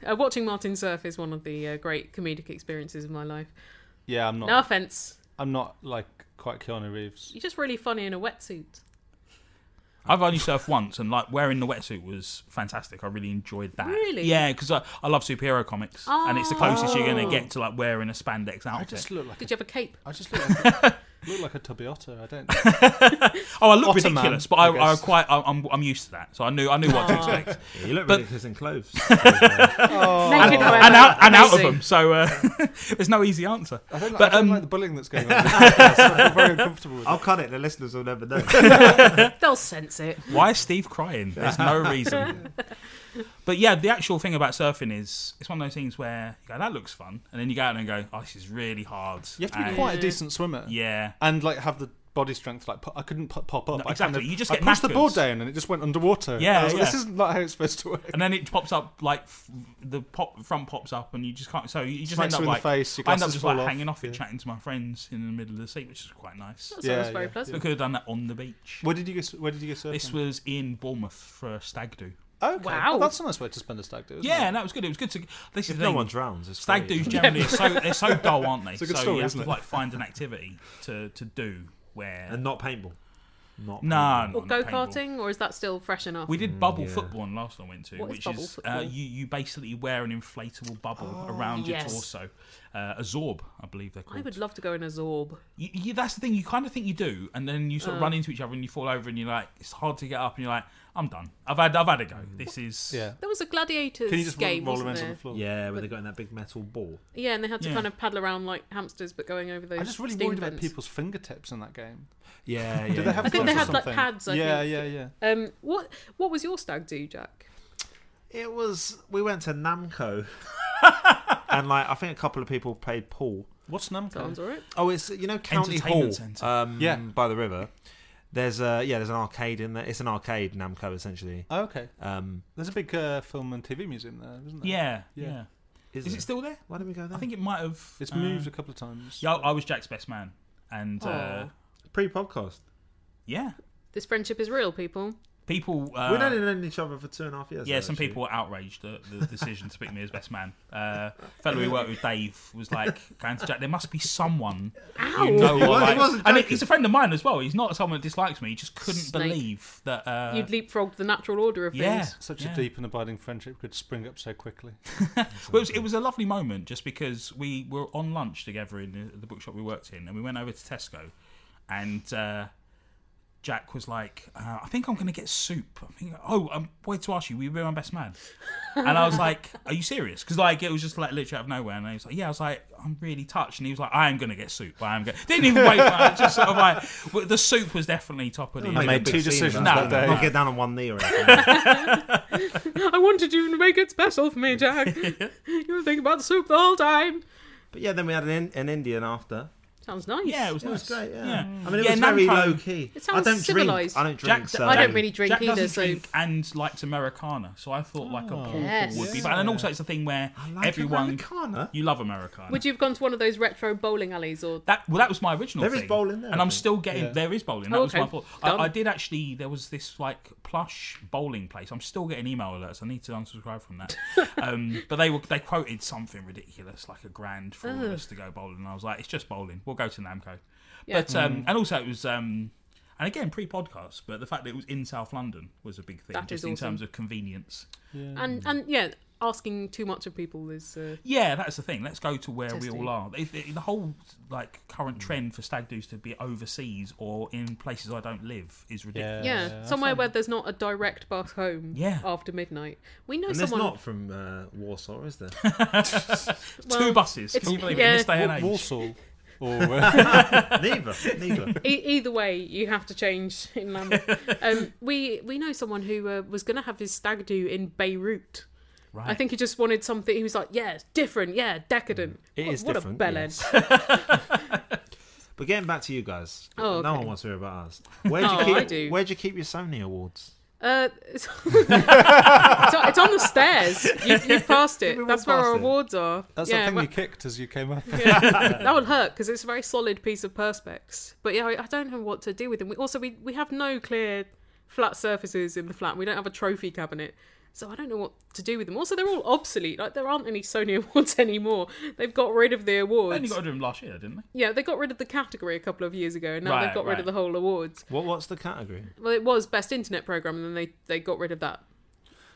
Speaker 4: watching Martin surf is one of the uh, great comedic experiences of my life.
Speaker 3: yeah, I'm not.
Speaker 4: No offense,
Speaker 3: I'm not like quite Keanu Reeves.
Speaker 4: you're just really funny in a wetsuit.
Speaker 2: I've only surfed once, and like wearing the wetsuit was fantastic. I really enjoyed that.
Speaker 4: Really?
Speaker 2: Yeah, because I, I love superhero comics, and it's the closest you're going
Speaker 4: Oh.
Speaker 2: to get to like wearing a spandex
Speaker 3: I
Speaker 2: outfit.
Speaker 3: just look like
Speaker 4: Did you have a cape?
Speaker 3: a, I just look like, a- look like a tubby otter. I don't. know.
Speaker 2: oh, I look
Speaker 3: Otter man,
Speaker 2: ridiculous, but I,
Speaker 3: I
Speaker 2: I,
Speaker 3: guess.
Speaker 2: quite I, I'm I'm used to that, so I knew I knew what to expect,
Speaker 1: Yeah, you look
Speaker 2: But-
Speaker 1: ridiculous in clothes.
Speaker 4: Naked weather.
Speaker 2: and out and out of
Speaker 4: Amazing.
Speaker 2: them. So uh, there's no easy answer.
Speaker 3: I don't, like,
Speaker 2: But,
Speaker 3: I don't
Speaker 2: um,
Speaker 3: like the bullying that's going on. in this podcast. I feel very uncomfortable with it.
Speaker 1: I'll cut it. The listeners will never know.
Speaker 4: They'll sense it.
Speaker 2: Why is Steve crying? There's no reason. But yeah, the actual thing about surfing is it's one of those things where you go, that looks fun, and then you go out and go, oh, this is really hard.
Speaker 3: You have to be
Speaker 2: and-
Speaker 3: quite a decent swimmer.
Speaker 2: Yeah.
Speaker 3: And like have the body strength. Like pu- I couldn't pu- pop up.
Speaker 2: No,
Speaker 3: I
Speaker 2: exactly,
Speaker 3: kind of-
Speaker 2: you just
Speaker 3: I
Speaker 2: get
Speaker 3: pushed the board
Speaker 2: knackered.
Speaker 3: down and it just went underwater.
Speaker 2: Yeah,
Speaker 3: I was like,
Speaker 2: yeah.
Speaker 3: This is not how it's supposed to work.
Speaker 2: and then it pops up like f- the pop front pops up, and you just can't. So you just end
Speaker 3: Smacks
Speaker 2: up
Speaker 3: you in the
Speaker 2: like
Speaker 3: face, your
Speaker 2: I end up
Speaker 3: glasses
Speaker 2: just like
Speaker 3: fall off,
Speaker 2: hanging off it,
Speaker 3: yeah.
Speaker 2: chatting to my friends in the middle of the sea, which is quite nice.
Speaker 4: That
Speaker 3: Yeah,
Speaker 4: sounds very
Speaker 3: yeah,
Speaker 2: We
Speaker 4: pleasant.
Speaker 2: could have done that on the beach.
Speaker 3: Where did you go? Where did you go surfing?
Speaker 2: This was in Bournemouth for a stag do.
Speaker 3: okay.
Speaker 4: Wow.
Speaker 3: Well, that's a nice way to spend a stag do. isn't
Speaker 2: Yeah,
Speaker 3: it?
Speaker 2: no, it was good. It was good to. This is
Speaker 1: if
Speaker 2: the
Speaker 1: no
Speaker 2: thing.
Speaker 1: one drowns, it's
Speaker 2: Stag
Speaker 1: great.
Speaker 2: do's generally are so they're so dull, aren't they?
Speaker 3: a good
Speaker 2: so
Speaker 3: story,
Speaker 2: you have
Speaker 3: isn't
Speaker 2: to
Speaker 3: it?
Speaker 2: like find an activity to to do where.
Speaker 1: and not paintball. Not
Speaker 2: no, no,
Speaker 4: Or
Speaker 2: no,
Speaker 4: go
Speaker 2: paintball.
Speaker 4: karting, or is that still fresh enough?
Speaker 2: We did bubble
Speaker 1: yeah.
Speaker 2: football in last one I went to,
Speaker 4: What is
Speaker 2: which
Speaker 4: bubble
Speaker 2: is uh,
Speaker 4: football? Oh,
Speaker 2: you you basically wear an inflatable bubble around your
Speaker 4: Yes.
Speaker 2: torso, uh, a zorb, I believe they're
Speaker 4: I
Speaker 2: called.
Speaker 4: would love to go in a Zorb.
Speaker 2: You, you, that's the thing you kind of think you do, and then you
Speaker 4: Oh.
Speaker 2: sort of run into each other and you fall over and you're like, it's hard to get up, and you're like, I'm done. I've had I've had a go. This is
Speaker 3: Yeah.
Speaker 4: There was a gladiators
Speaker 3: Can you just
Speaker 4: game,
Speaker 3: roll
Speaker 4: wasn't
Speaker 3: around
Speaker 4: there?
Speaker 3: on the floor?
Speaker 1: Yeah, where they got in that big metal ball.
Speaker 4: Yeah, and they had to
Speaker 2: Yeah.
Speaker 4: kind of paddle around like hamsters, but going over those.
Speaker 3: I'm just really
Speaker 4: steam
Speaker 3: worried about
Speaker 4: vents.
Speaker 3: people's fingertips in that game.
Speaker 1: Yeah, yeah.
Speaker 3: Do they have?
Speaker 4: I think they
Speaker 3: gloves or
Speaker 4: had like
Speaker 3: something?
Speaker 4: pads. I
Speaker 3: yeah,
Speaker 4: think.
Speaker 3: yeah, yeah.
Speaker 4: Um, what what was your stag do, Jack?
Speaker 1: It was. We went to Namco, and like I think a couple of people played pool.
Speaker 3: What's
Speaker 4: Sounds
Speaker 3: Namco?
Speaker 4: all right.
Speaker 1: Oh, it's you know County
Speaker 2: Entertainment
Speaker 1: Hall,
Speaker 2: centre.
Speaker 1: um,
Speaker 3: Yeah.
Speaker 1: by the river. There's a yeah, there's an arcade in there. It's an arcade Namco essentially.
Speaker 3: Oh, okay.
Speaker 1: Um,
Speaker 3: There's a big uh, film and TV museum there, isn't there?
Speaker 2: yeah, yeah.
Speaker 3: Yeah.
Speaker 1: is,
Speaker 2: Is
Speaker 1: it?
Speaker 2: it still there?
Speaker 1: Why did we go there?
Speaker 2: I think it might have.
Speaker 3: It's
Speaker 2: uh,
Speaker 3: moved a couple of times.
Speaker 2: Yeah, I I was Jack's best man, and uh,
Speaker 4: Aw.
Speaker 1: pre-podcast.
Speaker 2: yeah,
Speaker 4: This friendship is real, people.
Speaker 2: people. Uh,
Speaker 1: We've only known each other for two and a half years.
Speaker 2: Yeah,
Speaker 1: though,
Speaker 2: some
Speaker 1: actually.
Speaker 2: people were outraged at the decision to pick me as best man. Uh, fellow we worked with, Dave, was like, going to Jack, there must be someone
Speaker 4: Ow!
Speaker 2: you know.
Speaker 1: He
Speaker 2: or
Speaker 1: was- he
Speaker 2: like-"
Speaker 1: wasn't
Speaker 2: and
Speaker 1: joking.
Speaker 2: he's a friend of mine as well. He's not someone that dislikes me. He just couldn't
Speaker 4: Snake.
Speaker 2: believe that. Uh,
Speaker 4: You'd leapfrog the natural order of
Speaker 2: yeah,
Speaker 4: things.
Speaker 3: Such
Speaker 2: yeah.
Speaker 3: a deep and abiding friendship could spring up so quickly.
Speaker 2: Well, it, was, it was a lovely moment just because we were on lunch together in the, the bookshop we worked in, and we went over to Tesco, and uh, Jack was like, uh, "I think I'm going to get soup." I think, "Oh, I wanted to ask you, will you be my best man?" and I was like, "Are you serious?" Because like it was just like literally out of nowhere, and he was like, "Yeah." I was like, "I'm really touched," and he was like, "I am going to get soup. I am going." Didn't even wait. For it. Just sort of like well, the soup was definitely top of the.
Speaker 1: Make a
Speaker 3: made
Speaker 1: big
Speaker 3: two
Speaker 1: scene
Speaker 3: decisions
Speaker 1: about it.
Speaker 2: that day.
Speaker 1: Not get down on one knee or anything.
Speaker 4: I wanted you to make it special for me, Jack. you were thinking about soup the whole time.
Speaker 1: but yeah, then we had an, in- an Indian after.
Speaker 4: Sounds nice.
Speaker 2: Yeah, it was
Speaker 5: Yeah,
Speaker 2: nice.
Speaker 5: it's great. Yeah.
Speaker 2: Yeah.
Speaker 5: I mean, it
Speaker 2: Yeah,
Speaker 5: was very
Speaker 2: Namco-
Speaker 5: low key. I
Speaker 4: It sounds
Speaker 5: don't
Speaker 4: civilised.
Speaker 5: drink. I don't
Speaker 2: Jack-
Speaker 5: drink.
Speaker 2: Jack-
Speaker 5: so
Speaker 4: I don't really drink
Speaker 2: Jack
Speaker 4: either,
Speaker 2: doesn't
Speaker 4: so
Speaker 2: drink and likes Americana, so I thought like a portal
Speaker 4: Yes.
Speaker 2: would be. But and also it's a thing where
Speaker 5: Oh. I like
Speaker 2: everyone
Speaker 5: Americana.
Speaker 2: you love Americana.
Speaker 4: would you have gone to one of those retro bowling alleys or
Speaker 2: That well, that was my original.
Speaker 5: There is
Speaker 2: thing.
Speaker 5: bowling there,
Speaker 2: and
Speaker 5: I
Speaker 2: I'm
Speaker 5: think.
Speaker 2: still getting.
Speaker 3: Yeah.
Speaker 2: There is bowling. That
Speaker 4: Oh,
Speaker 2: was my
Speaker 4: okay.
Speaker 2: fault. I,
Speaker 4: Done.
Speaker 2: I did actually. There was this like plush bowling place. I'm still getting email alerts. I need to unsubscribe from that. um, but they were they quoted something ridiculous, like a grand for all of us to go bowling. And I was like, it's just bowling. We'll go to Namco.
Speaker 4: Yeah.
Speaker 2: But
Speaker 5: Mm.
Speaker 2: um, and also it was. Um, and again, pre-podcast, but the fact that it was in South London was a big thing,
Speaker 4: That
Speaker 2: just
Speaker 4: is
Speaker 2: in
Speaker 4: awesome.
Speaker 2: terms of convenience.
Speaker 4: and
Speaker 5: Mm.
Speaker 4: and yeah, asking too much of people is uh,
Speaker 2: Yeah, that's the thing. Let's go to where we all
Speaker 4: Testing.
Speaker 2: are. It, it- the whole like
Speaker 5: Mm.
Speaker 2: current trend for stag do's to be overseas or in places I don't live is ridiculous.
Speaker 4: yeah,
Speaker 3: I
Speaker 4: somewhere
Speaker 3: find-
Speaker 4: where there's not a direct bus home
Speaker 2: Yeah.
Speaker 4: after midnight. We know
Speaker 5: And there's
Speaker 4: someone
Speaker 5: not from uh, Warsaw, is there?
Speaker 4: well,
Speaker 2: Two buses. Can
Speaker 4: it's-
Speaker 2: you believe it
Speaker 4: yeah.
Speaker 2: in this day and age?
Speaker 3: Warsaw. Or uh,
Speaker 5: neither. Neither.
Speaker 4: E- either way, you have to change in Lambeth. um, we we know someone who uh, was going to have his stag do in Beirut.
Speaker 2: Right.
Speaker 4: I think he just wanted something. He was like, "Yeah, it's different. Yeah, decadent.
Speaker 5: Mm. It
Speaker 4: what,
Speaker 5: is
Speaker 4: what
Speaker 5: different,
Speaker 4: a bellend."
Speaker 5: yes. But getting back to you guys,
Speaker 4: Oh,
Speaker 5: no
Speaker 4: okay.
Speaker 5: one wants to hear about us. Where'd you
Speaker 4: Oh,
Speaker 5: keep?
Speaker 4: I do.
Speaker 5: Where'd you keep your Sony awards?
Speaker 4: Uh, it's, it's on- it's on the stairs. You, you passed
Speaker 5: We
Speaker 4: it.
Speaker 5: walked
Speaker 4: That's where
Speaker 5: past
Speaker 4: our
Speaker 5: it.
Speaker 4: awards are.
Speaker 3: that's
Speaker 4: yeah,
Speaker 3: the thing
Speaker 4: well-
Speaker 3: you kicked as you came up.
Speaker 4: yeah. that would hurt because it's a very solid piece of perspex. But yeah, I, I don't know what to do with them. We, also, we we have no clear flat surfaces in the flat. We don't have a trophy cabinet, so I don't know what to do with them. Also, they're all obsolete. Like there aren't any Sony awards anymore. They've got rid of the
Speaker 2: They
Speaker 4: awards.
Speaker 2: only got rid of them last year, didn't they?
Speaker 4: yeah, they got rid of the category a couple of years ago, and now
Speaker 2: Right,
Speaker 4: they've got rid
Speaker 2: right.
Speaker 4: of the whole awards.
Speaker 5: What? What's the category?
Speaker 4: Well, it was best internet program, and then they they got rid of that.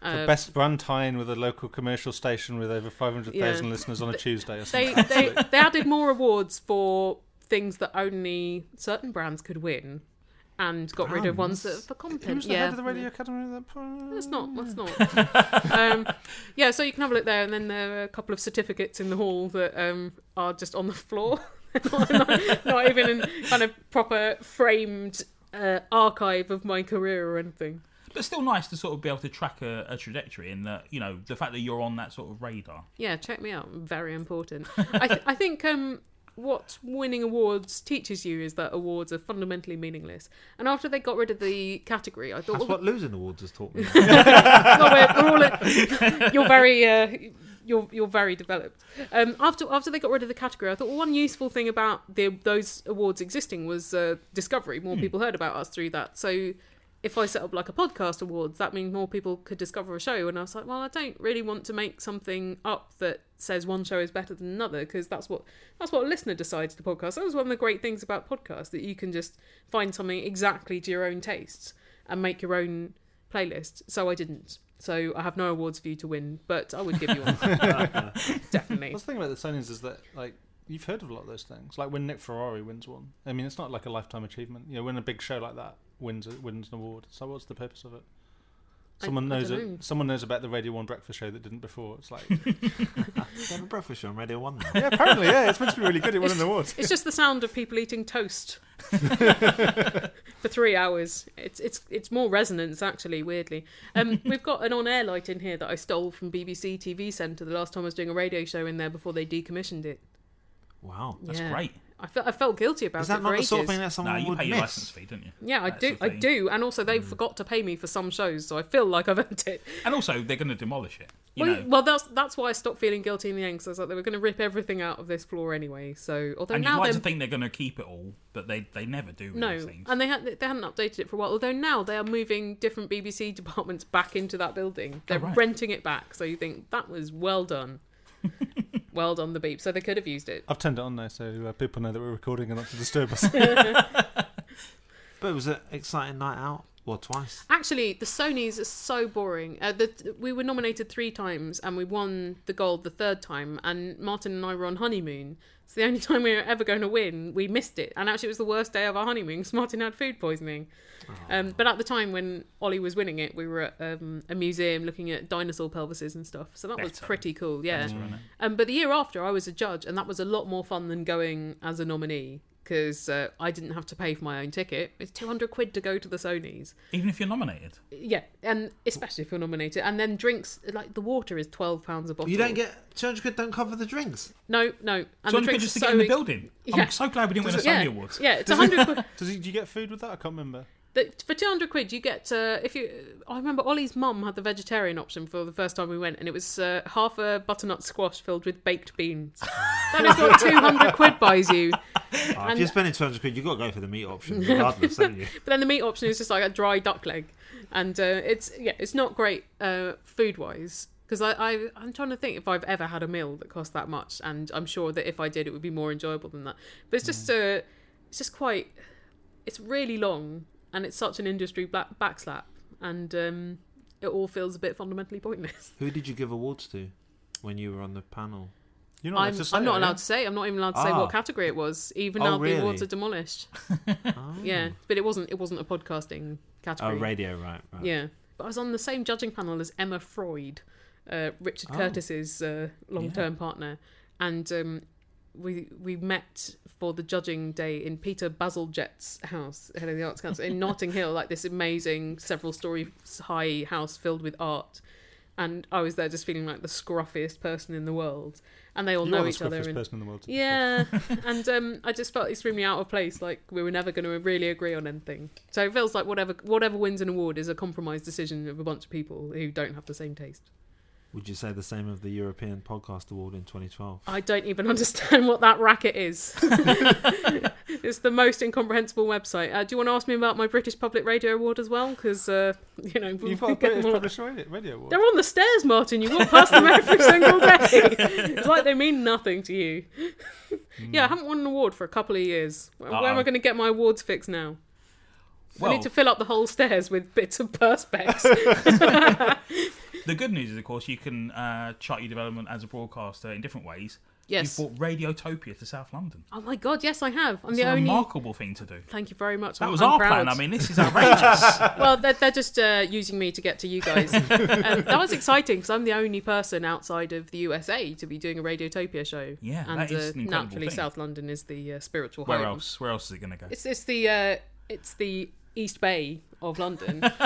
Speaker 3: The
Speaker 4: Uh,
Speaker 3: best brand tie-in with a local commercial station with over 500,000
Speaker 4: Yeah.
Speaker 3: listeners on a Tuesday or something.
Speaker 4: they they they added more awards for things that only certain brands could win, and got rid of ones that for content.
Speaker 3: Who's the
Speaker 4: yeah.
Speaker 3: head of the Radio Academy at that point?
Speaker 4: That's not. That's not. um, yeah, so you can have a look there, and then there are a couple of certificates in the hall that um, are just on the floor, not, not- not even in kind of proper framed uh, archive of my career or anything.
Speaker 2: But still nice to sort of be able to track a, a trajectory in that you know the fact that you're on that sort of radar.
Speaker 4: Yeah, check me out. Very important. I, th- I think um, what winning awards teaches you is that awards are fundamentally meaningless. And after they got rid of the category, I thought,
Speaker 5: That's
Speaker 4: well,
Speaker 5: what losing awards has taught me.
Speaker 4: well, we're, we're all at- you're very uh, you're you're very developed. Um, after after they got rid of the category, I thought well, one useful thing about the, those awards existing was uh, discovery. More people heard about us through that. So if I set up like a podcast awards, that means more people could discover a show. And I was like, well, I don't really want to make something up that says one show is better than another because that's what that's what a listener decides to podcast. That was one of the great things about podcasts that you can just find something exactly to your own tastes and make your own playlist. So I didn't. So I have no awards for you to win, but I would give you one. Definitely.
Speaker 3: That's the thing about the Sonys is that like you've heard of a lot of those things. Like when Nick Ferrari wins one. I mean, it's not like a lifetime achievement. You know, when a big show like that wins a- wins an award. So what's the purpose of it?
Speaker 4: I-
Speaker 3: Someone
Speaker 4: I
Speaker 3: knows
Speaker 4: dunno.
Speaker 3: it. Someone knows about the Radio One breakfast show that didn't before. It's like
Speaker 5: They have a breakfast show on Radio One. now.
Speaker 3: yeah, apparently, yeah, it's meant to be really good. It won an award.
Speaker 4: It's just the sound of people eating toast for three hours. It's it's it's more resonance actually. Weirdly, um, we've got an on-air light in here that I stole from BBC TV Centre the last time I was doing a radio show in there before they decommissioned it.
Speaker 5: Wow.
Speaker 2: That's
Speaker 4: Yeah.
Speaker 2: great.
Speaker 4: I felt I felt guilty about
Speaker 5: Is
Speaker 4: it
Speaker 5: that
Speaker 4: for
Speaker 5: not the sort of
Speaker 4: ages.
Speaker 5: thing that
Speaker 2: No,
Speaker 5: someone
Speaker 2: you
Speaker 5: would
Speaker 2: pay your license
Speaker 5: miss?
Speaker 2: fee, don't you?
Speaker 4: yeah, I
Speaker 2: That's
Speaker 4: do.
Speaker 2: the
Speaker 4: I
Speaker 2: thing. Hmm.
Speaker 4: do, and also they forgot to pay me for some shows, so I feel like I've earned it.
Speaker 2: And also, they're going to demolish it. You
Speaker 4: well,
Speaker 2: know,
Speaker 4: well, that's that's why I stopped feeling guilty in the end because I was like, they were going to rip everything out of this floor anyway. So although
Speaker 2: and you
Speaker 4: now
Speaker 2: like to
Speaker 4: they're
Speaker 2: think they're going to keep it all, but they they never do. With
Speaker 4: no,
Speaker 2: these things.
Speaker 4: and they had they hadn't updated it for a while. Although now they are moving different BBC departments back into that building. They're
Speaker 2: Oh, right.
Speaker 4: renting it back, so you think that was well done. well done, the beep. So they could have used it.
Speaker 3: I've turned it on now, so uh, people know that we're recording and not to disturb us.
Speaker 5: But it was an exciting night out. Well, twice.
Speaker 4: Actually, the Sony's are so boring. Uh, the, we were nominated three times and we won the gold the third time. And Martin and I were on honeymoon. It's the only time we were ever going to win. We missed it. And actually, it was the worst day of our honeymoon because Martin had food poisoning.
Speaker 2: Ah.
Speaker 4: Um, but at the time when Ollie was winning it, we were at um, a museum looking at dinosaur pelvises and stuff. So that was
Speaker 2: Better.
Speaker 4: pretty cool. Yeah.
Speaker 2: That's right.
Speaker 4: Um, but the year after, I was a judge, and that was a lot more fun than going as a nominee because uh, I didn't have to pay for my own ticket. It's 200 quid to go to the Sony's.
Speaker 2: Even if you're nominated.
Speaker 4: Yeah, and especially if you're nominated. And then drinks, like the water is £12 a bottle.
Speaker 1: You don't get two hundred quid. Don't cover the drinks.
Speaker 4: No, no.
Speaker 2: So
Speaker 4: And
Speaker 2: you
Speaker 4: the
Speaker 2: could
Speaker 4: drinks
Speaker 2: just
Speaker 4: are
Speaker 2: to get
Speaker 4: so
Speaker 2: in the
Speaker 4: ex-
Speaker 2: building.
Speaker 4: Yeah.
Speaker 2: I'm so glad we didn't win a
Speaker 4: yeah,
Speaker 2: Sony Awards.
Speaker 4: yeah, it's 100 quid.
Speaker 3: Does he, do you get food with that? I can't remember.
Speaker 4: The, for 200 quid, you get, uh, if you, I remember Ollie's mum had the vegetarian option for the first time we went, and it was uh, half a butternut squash filled with baked beans. that is what 200 quid buys you.
Speaker 1: Ah, if you're spending two hundred quid, you've got to go for the meat option, regardless, haven't you?
Speaker 4: But then the meat option is just like a dry duck leg, and uh, it's yeah, it's not great uh, food wise because I, I I'm trying to think if I've ever had a meal that cost that much, and I'm sure that if I did, it would be more enjoyable than that. But it's just uh, it's just quite, it's really long, and it's such an industry back, backslap, and um, it all feels a bit fundamentally pointless.
Speaker 1: Who did you give awards to when you were on the panel?
Speaker 3: You're not
Speaker 4: I'm,
Speaker 3: allowed to say
Speaker 4: I'm
Speaker 3: it,
Speaker 4: not
Speaker 3: are you?
Speaker 4: allowed to say. I'm not even allowed to say
Speaker 1: Ah.
Speaker 4: what category it was, even
Speaker 1: Oh,
Speaker 4: now the awards
Speaker 1: really?
Speaker 4: are demolished.
Speaker 1: Oh,
Speaker 4: Yeah, but it wasn't. It wasn't a podcasting
Speaker 1: oh
Speaker 4: category.
Speaker 1: radio, right? right.
Speaker 4: Yeah, but I was on the same judging panel as Emma Freud, uh, Richard
Speaker 1: Oh.
Speaker 4: Curtis's uh, long-term partner, and um, we we met for the judging day in Peter Bazalgette's house, head of the Arts Council in Notting Hill, like this amazing several-story high house filled with art. And I was there just feeling like the scruffiest person in the world, and they all
Speaker 3: You
Speaker 4: know
Speaker 3: are the
Speaker 4: each other.
Speaker 3: scruffiest
Speaker 4: And
Speaker 3: person in the world. to be
Speaker 4: yeah, and um, I just felt extremely out of place. Like we were never going to really agree on anything. So it feels like whatever whatever wins an award is a compromise decision of a bunch of people who don't have the same taste.
Speaker 1: Would you say the same of the European Podcast Award in 2012?
Speaker 4: I don't even understand what that racket is. it's the most incomprehensible website. Uh, do you want to ask me about my British Public Radio Award as well? Because uh, you know
Speaker 3: fair. You've got a British Publisher Radio, radio Award.
Speaker 4: They're on the stairs, Martin. You walk past them every single day. It's like they mean nothing to you. yeah, I haven't won an award for a couple of years. Where, where am
Speaker 2: Uh-oh.
Speaker 4: I going to get my awards fixed now? I
Speaker 2: Uh-uh. Well,
Speaker 4: need to fill up the whole stairs with bits of perspex.
Speaker 2: the good news is, of course, you can uh, chart your development as a broadcaster in different ways.
Speaker 4: yes.
Speaker 2: You've brought Radiotopia to South London.
Speaker 4: Oh my god, yes, I have. I'm
Speaker 2: It's
Speaker 4: the
Speaker 2: a
Speaker 4: only.
Speaker 2: remarkable thing to do.
Speaker 4: Thank you very much.
Speaker 2: That
Speaker 4: I'm-
Speaker 2: was
Speaker 4: I'm
Speaker 2: our
Speaker 4: proud.
Speaker 2: plan. I mean, this is outrageous.
Speaker 4: well, they're, they're just uh, using me to get to you guys. um, that was exciting because I'm the only person outside of the USA to be doing a Radiotopia show.
Speaker 2: Yeah,
Speaker 4: and uh,
Speaker 2: that is an incredible
Speaker 4: naturally,
Speaker 2: thing.
Speaker 4: South London is the uh, spiritual
Speaker 2: Where
Speaker 4: home.
Speaker 2: else? Where else is it going to go?
Speaker 4: It's it's the uh, it's the East Bay of London.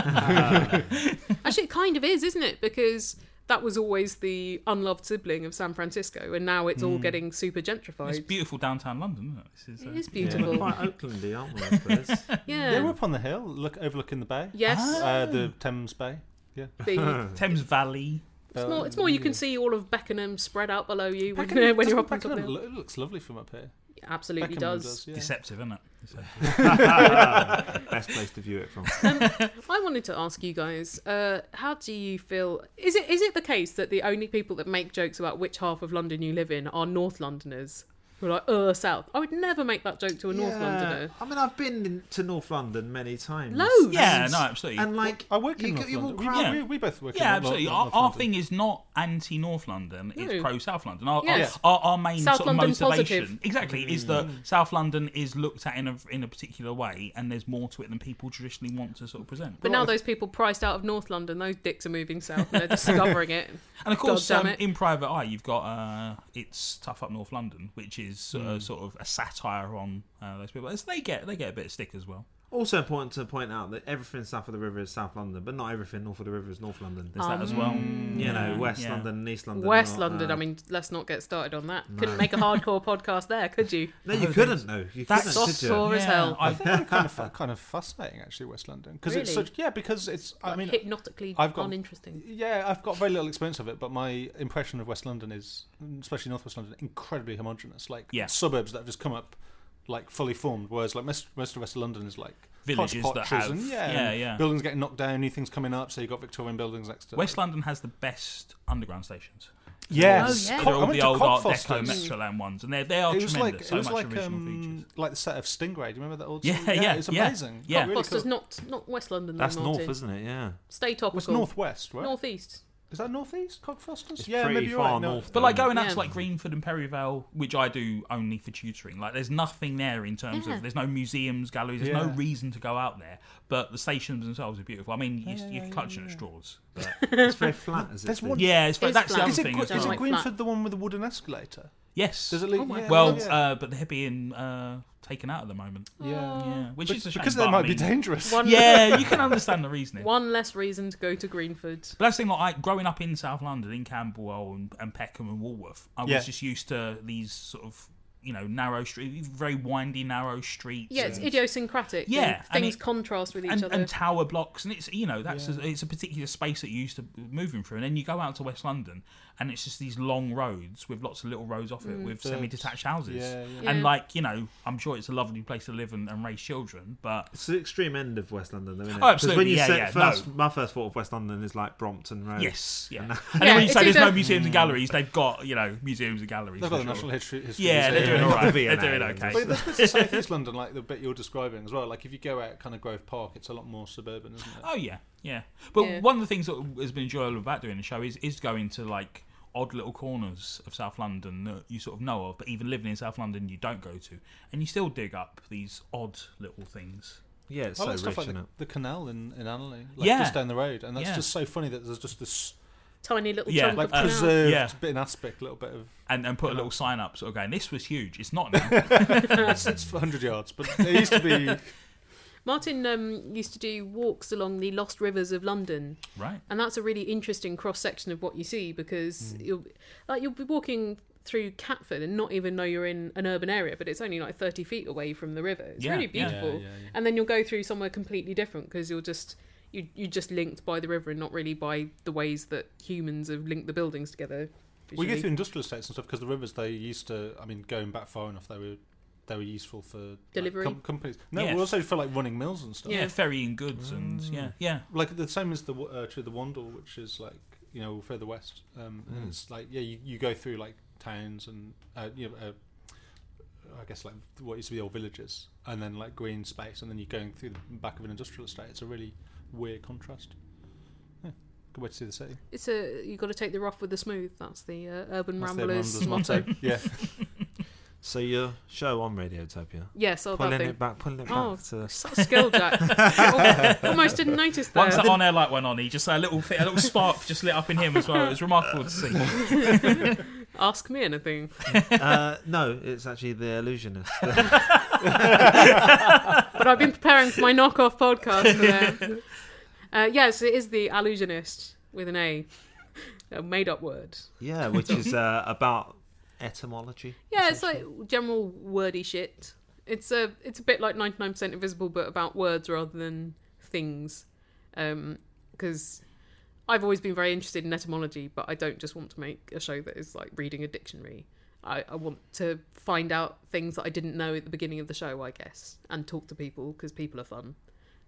Speaker 4: Actually, it kind of is, isn't it? Because that was always the unloved sibling of San Francisco, and now it's all
Speaker 3: Hmm.
Speaker 4: getting super
Speaker 2: It's
Speaker 4: gentrified.
Speaker 2: beautiful downtown London. Isn't it? This is, uh,
Speaker 4: It is
Speaker 1: We're
Speaker 4: beautiful. Yeah.
Speaker 1: quite Oaklandy, aren't we? I suppose?
Speaker 3: They were up on the hill, look overlooking the bay.
Speaker 4: Yes.
Speaker 3: Uh, the Thames Bay. Yeah.
Speaker 4: The,
Speaker 2: Thames Valley.
Speaker 4: it's more. It's more. You can see all of Beckenham spread out below you when,
Speaker 3: Beckenham-
Speaker 4: when you're
Speaker 3: doesn't
Speaker 4: up on top of
Speaker 3: Beckenham
Speaker 4: it.
Speaker 3: lo- It looks lovely from up here.
Speaker 4: Absolutely
Speaker 3: Beckenham
Speaker 4: does.
Speaker 3: yeah.
Speaker 2: Deceptive, isn't it? Deceptive.
Speaker 1: Best place to view it from.
Speaker 4: I wanted to ask you guys, uh, how do you feel? Is it is it the case that the only people that make jokes about which half of London you live in are North Londoners? Who are like, uh, South. I would never make that joke to a North
Speaker 1: Yeah.
Speaker 4: Londoner.
Speaker 1: I mean, I've been in, to North London many times.
Speaker 4: Loads.
Speaker 2: Yeah, no, absolutely.
Speaker 1: And like,
Speaker 3: I work in
Speaker 1: you,
Speaker 3: North
Speaker 1: you will
Speaker 3: London.
Speaker 1: crowd.
Speaker 3: We,
Speaker 2: Yeah.
Speaker 3: we, we both work in
Speaker 2: Yeah,
Speaker 3: North
Speaker 2: absolutely.
Speaker 3: London,
Speaker 2: Our,
Speaker 3: North
Speaker 2: our
Speaker 3: London.
Speaker 2: thing is not anti North London;
Speaker 4: No.
Speaker 2: it's pro South London. Our, our-
Speaker 4: Yeah.
Speaker 2: our, our main
Speaker 4: South
Speaker 2: sort of
Speaker 4: London
Speaker 2: motivation,
Speaker 4: positive.
Speaker 2: exactly, is that
Speaker 1: Mm.
Speaker 2: South London is looked at in a in a particular way, and there's more to it than people traditionally want to sort of present.
Speaker 4: But now those people priced out of North London, those dicks are moving south. and They're discovering it.
Speaker 2: and of course,
Speaker 4: God
Speaker 2: um,
Speaker 4: damn it.
Speaker 2: in Private Eye, you've got uh, it's tough up North London, which is uh,
Speaker 1: Mm.
Speaker 2: sort of a satire on uh, those people. So they get they get a bit of stick as well.
Speaker 1: Also important to point out that everything south of the river is South London, but not everything north of the river is North London.
Speaker 2: There's that as well.
Speaker 1: Mm. you know,
Speaker 2: Yeah,
Speaker 1: West
Speaker 2: yeah.
Speaker 1: London and East London.
Speaker 4: West
Speaker 1: not,
Speaker 4: London,
Speaker 1: uh,
Speaker 4: I mean, let's not get started on that. Couldn't make a hardcore podcast there, could you?
Speaker 1: no, you couldn't though. You
Speaker 2: That's
Speaker 1: couldn't, could you?
Speaker 4: sore as
Speaker 2: Yeah,
Speaker 4: hell.
Speaker 2: I've-
Speaker 3: They're kind of fa- kind of fascinating actually, West London, because it's
Speaker 4: Really?
Speaker 3: such yeah, because it's I mean
Speaker 4: Hypnotically
Speaker 3: I've got-
Speaker 4: uninteresting.
Speaker 3: yeah, I've got very little experience of it, but my impression of West London is, especially North West London, incredibly homogenous. Like
Speaker 2: Yeah.
Speaker 3: suburbs that have just come up, like fully formed. Whereas like most, most of West London is like
Speaker 2: Villages that
Speaker 3: hodgepodges
Speaker 2: have-
Speaker 3: and, yeah,
Speaker 2: yeah,
Speaker 3: and
Speaker 2: yeah.
Speaker 3: buildings getting knocked down, new things coming up. So you have got Victorian buildings next to
Speaker 2: West London has the best underground stations.
Speaker 3: Yes,
Speaker 4: Oh, yeah.
Speaker 3: Co-
Speaker 2: They're
Speaker 3: I
Speaker 2: all
Speaker 3: went
Speaker 2: the
Speaker 3: to
Speaker 2: old Art
Speaker 3: Codfoss
Speaker 2: Deco
Speaker 3: House.
Speaker 2: Metroland ones, and they they are
Speaker 3: It was
Speaker 2: tremendous.
Speaker 3: like it
Speaker 2: so
Speaker 3: was
Speaker 2: much
Speaker 3: like
Speaker 2: original
Speaker 3: um,
Speaker 2: features.
Speaker 3: like the set of Stingray. Do you remember that old?
Speaker 2: Yeah,
Speaker 3: song?
Speaker 2: yeah,
Speaker 3: it's
Speaker 2: yeah.
Speaker 3: amazing.
Speaker 2: Yeah.
Speaker 3: Got really
Speaker 4: Foster's
Speaker 3: cool.
Speaker 4: not not West London.
Speaker 1: That's
Speaker 4: though,
Speaker 1: north,
Speaker 4: Martin.
Speaker 1: isn't it? Yeah.
Speaker 4: Stay
Speaker 3: It was
Speaker 4: topical.
Speaker 3: northwest, right?
Speaker 4: Northeast.
Speaker 3: Is that northeast? Codfosters?
Speaker 1: It's
Speaker 3: yeah,
Speaker 1: pretty
Speaker 3: maybe you're
Speaker 1: far
Speaker 3: right. No.
Speaker 1: north.
Speaker 2: But like going out
Speaker 4: Yeah.
Speaker 2: to like Greenford and Perivale, which I do only for tutoring, like there's nothing there in terms
Speaker 4: Yeah.
Speaker 2: of there's no museums, galleries, there's no
Speaker 3: Yeah.
Speaker 2: reason to go out there. But the stations themselves are beautiful. I mean,
Speaker 4: Oh,
Speaker 2: you, you're clutching at straws. But
Speaker 1: it's very flat. Is it?
Speaker 3: There's
Speaker 1: Steve?
Speaker 3: one-
Speaker 2: yeah, it's,
Speaker 4: It's
Speaker 2: that's the
Speaker 4: flat.
Speaker 2: other
Speaker 3: Is it,
Speaker 2: thing.
Speaker 3: Gre-
Speaker 2: as
Speaker 3: is
Speaker 2: well.
Speaker 3: it
Speaker 4: like flat.
Speaker 3: Greenford the one with the wooden escalator?
Speaker 2: Yes.
Speaker 3: Does it leave?
Speaker 4: Oh my
Speaker 3: yeah,
Speaker 2: well,
Speaker 3: yeah.
Speaker 2: uh, but they're being uh, taken out at the moment.
Speaker 4: Oh.
Speaker 3: yeah.
Speaker 2: Yeah, which
Speaker 3: Be-
Speaker 2: is a shame,
Speaker 3: because
Speaker 2: but
Speaker 3: they
Speaker 2: I
Speaker 3: might be
Speaker 2: mean-
Speaker 3: dangerous.
Speaker 4: One,
Speaker 2: Yeah, you can understand the reasoning.
Speaker 4: one less reason to go to Greenford.
Speaker 2: But that's the thing, like I, growing up in South London, in Camberwell and, and Peckham and Woolworth, I
Speaker 3: Yeah.
Speaker 2: was just used to these sort of, you know, narrow streets, very windy, narrow streets.
Speaker 4: Yeah,
Speaker 2: and-
Speaker 4: it's idiosyncratic. and
Speaker 2: Yeah, and
Speaker 4: things
Speaker 2: it-
Speaker 4: contrast with each
Speaker 2: and,
Speaker 4: other.
Speaker 2: and tower blocks, and it's you know that's a, it's a particular space that you used to move in through, and then you go out to West London, and it's just these long roads with lots of little roads off it with
Speaker 3: Birds.
Speaker 2: semi-detached houses,
Speaker 3: Yeah, yeah.
Speaker 2: and
Speaker 4: Mm. Yeah.
Speaker 2: like you know, I'm sure it's a lovely place to live and, and raise children, but
Speaker 1: It's the extreme end of West London, though, isn't it?
Speaker 2: Oh,
Speaker 1: Because
Speaker 2: absolutely,
Speaker 1: when you
Speaker 2: yeah,
Speaker 1: said
Speaker 2: yeah,
Speaker 1: first,
Speaker 2: no.
Speaker 1: my first thought of West London is like Brompton Road.
Speaker 2: yes, yeah. And
Speaker 4: Yeah,
Speaker 2: then when you
Speaker 4: it's
Speaker 2: say there's
Speaker 4: either-
Speaker 2: no museums and galleries, they've got you know museums and galleries.
Speaker 3: They've got
Speaker 2: for
Speaker 3: the
Speaker 2: sure.
Speaker 3: National History. history
Speaker 2: Yeah,
Speaker 3: Museum.
Speaker 2: they're
Speaker 1: Yeah.
Speaker 2: doing all right.
Speaker 1: The
Speaker 2: They're
Speaker 1: V&A
Speaker 2: doing
Speaker 1: and
Speaker 2: okay.
Speaker 1: things.
Speaker 3: But there's bits of South East London, like the bit you're describing as well. Like if you go out kind of Grove Park, it's a lot more suburban, isn't it?
Speaker 2: Oh yeah, yeah. But
Speaker 4: Yeah.
Speaker 2: one of the things that has been enjoyable about doing the show is is going to like odd little corners of South London that you sort of know of, but even living in South London, you don't go to, and you still dig up these odd little things.
Speaker 1: Yeah, it's
Speaker 3: I
Speaker 1: so
Speaker 3: like
Speaker 1: rich,
Speaker 3: stuff like
Speaker 1: isn't
Speaker 3: the,
Speaker 1: it?
Speaker 3: the canal in, in Annerley, like
Speaker 2: Yeah.
Speaker 3: just down the road, and that's
Speaker 2: Yeah. Uh,
Speaker 3: just so funny that there's just this
Speaker 4: Tiny little
Speaker 2: Yeah,
Speaker 4: chunk
Speaker 2: like
Speaker 3: like
Speaker 4: of canal.
Speaker 3: preserved
Speaker 2: Yeah.
Speaker 3: bit in aspect, little bit of
Speaker 2: And and put a little sign up sort of going, "This was huge. It's not now."
Speaker 3: it's, it's 100 yards, but it used to be
Speaker 4: Martin um, used to do walks along the lost rivers of London,
Speaker 2: right?
Speaker 4: and that's a really interesting cross section of what you see because
Speaker 2: Mm.
Speaker 4: you'll like you'll be walking through Catford and not even know you're in an urban area, but it's only like thirty feet away from the river. It's
Speaker 2: Yeah,
Speaker 4: really
Speaker 2: yeah.
Speaker 4: beautiful,
Speaker 3: Yeah, yeah, yeah.
Speaker 4: and then you'll go through somewhere completely different because you're just you you just linked by the river and not really by the ways that humans have linked the buildings together.
Speaker 3: We go
Speaker 4: visually.
Speaker 3: through industrial estates and stuff because the rivers they used to. I mean, going back far enough, they were they were useful for like,
Speaker 4: Delivery?
Speaker 3: com- companies. No,
Speaker 2: Yeah.
Speaker 3: we're also for like running mills and stuff.
Speaker 2: Yeah,
Speaker 4: Yeah.
Speaker 2: ferrying goods and yeah, yeah.
Speaker 3: Like the same as the wa- uh, to the Wandle, which is like you know further west, um, and it's like yeah, you, you go through like towns and uh, you know. Uh, I guess like what used to be old villages, and then like green space, and then you're going through the back of an industrial estate. It's a really weird contrast. Yeah, good way to see the city.
Speaker 4: It's a you got to take the rough with the smooth. That's the uh, urban
Speaker 3: That's the
Speaker 4: ramblers
Speaker 3: Ramblers
Speaker 4: motto.
Speaker 3: yeah,
Speaker 1: So your show on Radiotopia,
Speaker 4: yes, oh, that
Speaker 1: pulling
Speaker 4: thing.
Speaker 1: it back, pulling it back
Speaker 4: Oh,
Speaker 1: to the
Speaker 4: such skill, Jack. Al- Almost didn't notice that.
Speaker 2: Once that on air light went on, he just a little thi- a little spark just lit up in him as well. It was remarkable to see.
Speaker 4: Ask me anything.
Speaker 1: uh, no, it's actually the illusionist.
Speaker 4: But I've been preparing for my knockoff podcast for that. Uh, yes, it is the allusionist with an A, a made-up word.
Speaker 1: yeah, which is uh, about etymology.
Speaker 4: Yeah, it's like general wordy shit. It's a it's a bit like ninety nine percent invisible, but about words rather than things. Because I've always been very interested in etymology, but I don't just want to make a show that is like reading a dictionary. I, I want to find out things that I didn't know at the beginning of the show, I guess, and talk to people because people are fun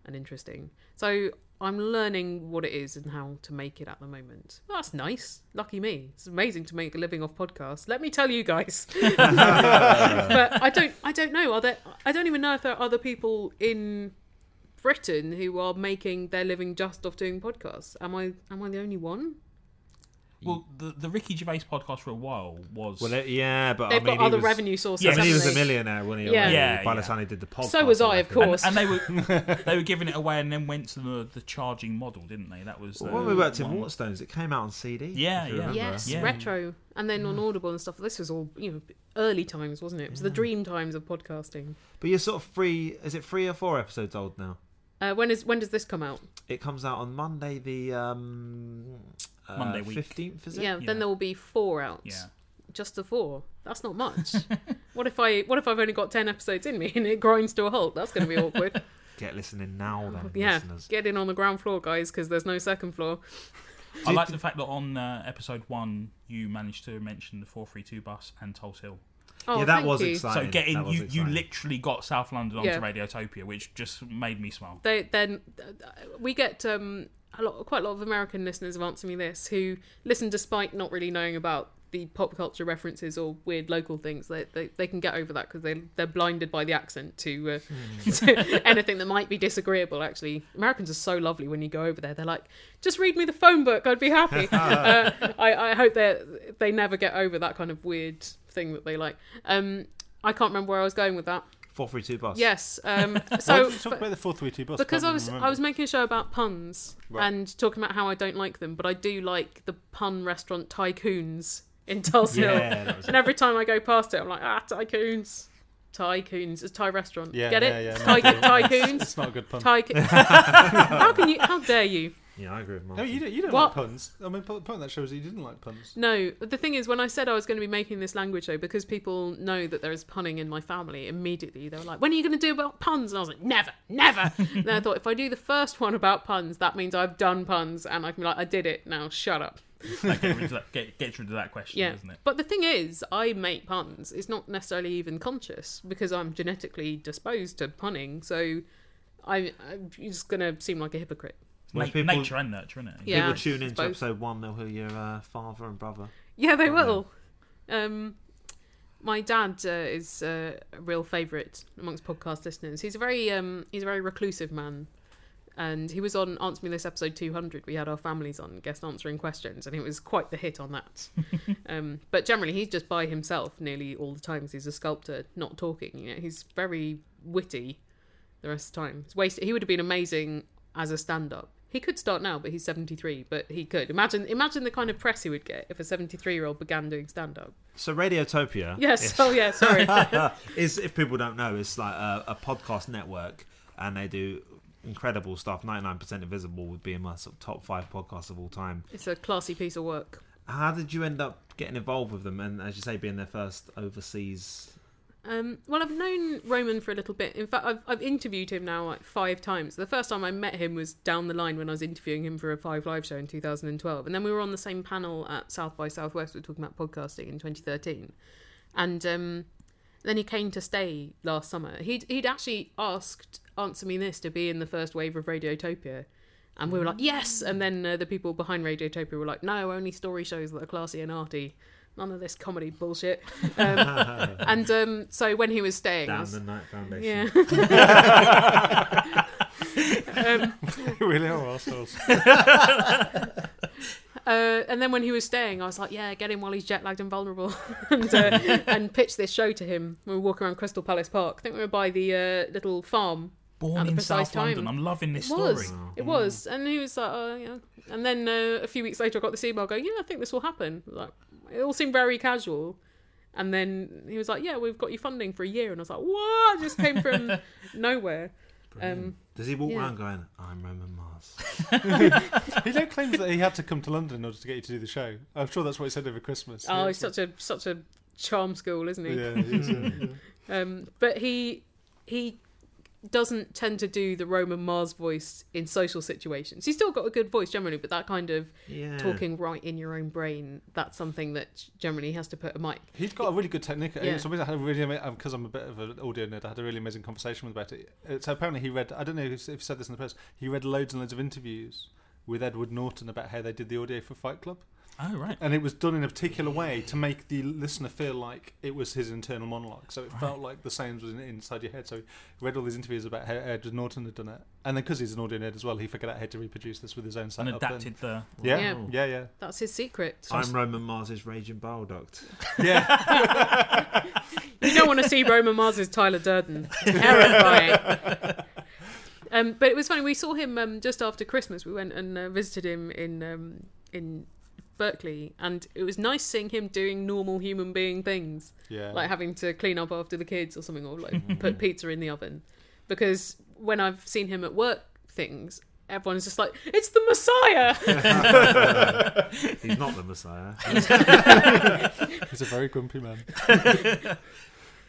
Speaker 4: and interesting. So I'm learning what it is and how to make it at the moment. Well, that's nice. Lucky me. It's amazing to make a living off podcasts. Let me tell you guys. but I don't I don't know. Are there I don't even know if there are other people in Britain who are making their living just off doing podcasts. Am I am I the only one?
Speaker 2: Well, the, the Ricky Gervais podcast for a while was
Speaker 1: Well, it, yeah, but
Speaker 4: They've
Speaker 1: I mean,
Speaker 4: got other
Speaker 1: he was,
Speaker 4: revenue sources.
Speaker 2: Yeah,
Speaker 1: I mean, he was a
Speaker 4: haven't they?
Speaker 1: millionaire, wasn't he?
Speaker 4: Yeah.
Speaker 1: already,
Speaker 2: Yeah,
Speaker 1: By the
Speaker 2: yeah.
Speaker 1: time he did the podcast,
Speaker 4: So was I,
Speaker 1: think.
Speaker 4: of course.
Speaker 2: and they were they were giving it away and then went to the, the charging model, didn't they? That was the,
Speaker 1: Well, when we worked in
Speaker 2: one-
Speaker 1: Waterstones, it came out on CD.
Speaker 2: Yeah,
Speaker 1: if you
Speaker 2: yeah.
Speaker 1: remember.
Speaker 4: Yes,
Speaker 2: Yeah.
Speaker 4: retro, and then on Audible and stuff. This was all you know, early times, wasn't it? It was the dream times of podcasting.
Speaker 1: But you're sort of three. Is it three or four episodes old now?
Speaker 4: Uh, when is when does this come out?
Speaker 1: It comes out on Monday, the um, uh,
Speaker 2: Monday week.
Speaker 1: fifteenth. Is it?
Speaker 4: Yeah,
Speaker 2: Yeah.
Speaker 4: then there will be four out.
Speaker 2: Yeah.
Speaker 4: Just the four. That's not much. what if I what if I've only got ten episodes in me and it grinds to a halt? That's going to be awkward.
Speaker 1: Get listening now, then,
Speaker 4: yeah,
Speaker 1: listeners.
Speaker 4: get in on the ground floor, guys, because there's no second floor.
Speaker 2: I like the fact that on uh, episode one you managed to mention the four three two bus and Tulse Hill.
Speaker 4: Oh,
Speaker 1: yeah, that
Speaker 4: thank
Speaker 1: was
Speaker 4: you.
Speaker 1: exciting.
Speaker 2: so getting
Speaker 1: That was
Speaker 2: you, you
Speaker 1: exciting.
Speaker 2: literally got South London onto
Speaker 4: Yeah.
Speaker 2: Radiotopia, which just made me smile.
Speaker 4: They then we get um a lot quite a lot of American listeners have answered me this who listen despite not really knowing about the pop culture references or weird local things they they, they can get over that because they they're blinded by the accent to,
Speaker 3: Hmm.
Speaker 4: uh, to anything that might be disagreeable actually Americans are so lovely when you go over there they're like just read me the phone book I'd be happy uh, I, I hope they they never get over that kind of weird thing that they like um I can't remember where I was going with that
Speaker 1: four three two bus.
Speaker 4: yes um
Speaker 3: Why
Speaker 4: so
Speaker 3: did you talk about the four three two bus
Speaker 4: because
Speaker 3: Can't even
Speaker 4: I was I
Speaker 3: remember.
Speaker 4: was making a show about puns
Speaker 3: Right.
Speaker 4: and talking about how I don't like them, but I do like the pun restaurant tycoons in Tulse Hill.
Speaker 1: Yeah, that was
Speaker 4: And every time I go past it, I'm like, ah, tycoons. Tycoons. It's Thai restaurant.
Speaker 3: Yeah,
Speaker 4: Get
Speaker 3: yeah,
Speaker 4: it?
Speaker 3: yeah, no,
Speaker 4: Ty-
Speaker 3: It's
Speaker 4: tycoons.
Speaker 3: not a good pun.
Speaker 4: Tycoons. how can you? How dare you?
Speaker 1: Yeah, I agree with
Speaker 3: no,
Speaker 1: Martin.
Speaker 3: you don't, you don't
Speaker 4: What?
Speaker 3: like puns. I mean, the point that shows that you didn't like puns.
Speaker 4: No, but the thing is, when I said I was going to be making this language show, because people know that there is punning in my family, immediately they were like, "When are you going to do about puns?" And I was like, "Never, never." and then I thought, if I do the first one about puns, that means I've done puns, and I can be like, "I did it." Now, shut up.
Speaker 2: That get rid of that, get, gets rid of that question,
Speaker 4: Yeah.
Speaker 2: doesn't it?
Speaker 4: But the thing is, I make puns. It's not necessarily even conscious because I'm genetically disposed to punning. So I, I'm just going to seem like a hypocrite.
Speaker 2: It's
Speaker 1: Well,
Speaker 2: na-
Speaker 1: people-
Speaker 2: nature and nurture, isn't it?
Speaker 4: Yeah.
Speaker 1: People tune into
Speaker 4: Suppose-
Speaker 1: episode one, they'll hear your uh, father and brother.
Speaker 4: Yeah, they will. Um, my dad uh, is uh, a real favourite amongst podcast listeners. He's a very um, he's a very reclusive man, and he was on Answer Me This episode two hundred. We had our families on guest answering questions, and it was quite the hit on that. um, but generally, he's just by himself nearly all the time 'cause he's a sculptor, not talking. You know, he's very witty the rest of the time. It's wasted. He would have been amazing as a stand-up. He could start now, but he's 73. But he could imagine imagine the kind of press he would get if a 73-year-old began doing stand-up.
Speaker 1: So Radiotopia.
Speaker 4: Yes.
Speaker 1: is-
Speaker 4: Oh yeah. Sorry.
Speaker 1: is if people don't know, it's like a, a podcast network, and they do incredible stuff. Ninety nine percent invisible would be in my sort of top five podcasts of all time.
Speaker 4: it's a classy piece of work.
Speaker 1: How did you end up getting involved with them? And as you say, being their first overseas.
Speaker 4: Um, well, I've known Roman for a little bit. In fact, I've, I've interviewed him now like five times. The first time I met him was down the line when I was interviewing him for a Five Live show in 2012. And then we were on the same panel at South by Southwest. We were talking about podcasting in 2013. And um, then he came to stay last summer. He'd, he'd actually asked Answer Me This to be in the first wave of Radiotopia. And we were like, yes. And then uh, the people behind Radiotopia were like, no, only story shows that are classy and arty. None of this comedy bullshit. Um, and um, so when he was staying, I
Speaker 1: Down
Speaker 4: was-
Speaker 1: the Night Foundation.
Speaker 4: yeah, Um,
Speaker 3: really are assholes.
Speaker 4: uh, and then when he was staying, I was like, "Yeah, get him while he's jet lagged and vulnerable," and uh, and pitch this show to him. We were walking around Crystal Palace Park. I think we were by the uh, little farm. At
Speaker 2: Born
Speaker 4: the
Speaker 2: in
Speaker 4: precise
Speaker 2: South London.
Speaker 4: time.
Speaker 2: I'm loving this
Speaker 4: It was,
Speaker 2: story.
Speaker 4: it was, and he was like, "Oh yeah." And then uh, a few weeks later, I got this email going, "Yeah, I think this will happen." Like, it all seemed very casual. And then he was like, "Yeah, we've got you funding for a year," and I was like, "What?" It just came from nowhere. Um,
Speaker 1: Does he walk
Speaker 4: Yeah.
Speaker 1: around going, "I'm Roman Mars"?
Speaker 3: he now claims that he had to come to London in order to get you to do the show. I'm sure that's what he said over Christmas.
Speaker 4: oh,
Speaker 3: Yeah,
Speaker 4: he's
Speaker 3: so-
Speaker 4: such a such a charm school, isn't he?
Speaker 3: Yeah, he is, yeah, yeah.
Speaker 4: Um, but he he doesn't tend to do the Roman Mars voice in social situations. He's still got a good voice generally, but that kind of
Speaker 1: Yeah.
Speaker 4: talking right in your own brain, that's something that generally has to put a mic.
Speaker 3: He's got a really good technique.
Speaker 4: Yeah.
Speaker 3: Yeah. Something I had a really because I'm a bit of an audio nerd. I had a really amazing conversation with about it. Uh, So apparently he read. I don't know if if he said this in the press. He read loads and loads of interviews with Edward Norton about how they did the audio for Fight Club,
Speaker 2: Oh right.
Speaker 3: and it was done in a particular way to make the listener feel like it was his internal monologue. So it felt like the sounds was in, inside your head. So he read all these interviews about how Edward Norton had done it, and then because he's an audio nerd as well, he figured out how to reproduce this with his own
Speaker 2: And
Speaker 3: setup.
Speaker 2: adapted the.
Speaker 3: And, yeah,
Speaker 4: Yeah.
Speaker 3: yeah, yeah,
Speaker 4: That's his secret.
Speaker 1: I'm Roman Mars's raging bile duct.
Speaker 3: yeah.
Speaker 4: You don't want to see Roman Mars as Tyler Durden. Terrifying. Um, but it was funny. We saw him um, just after Christmas. We went and uh, visited him in um, in Berkeley, and it was nice seeing him doing normal human being things.
Speaker 3: yeah.
Speaker 4: like having to clean up after the kids or something, or like put pizza in the oven. Because when I've seen him at work things, everyone's just like, "It's the Messiah."
Speaker 1: He's not the Messiah.
Speaker 3: he's a very grumpy man.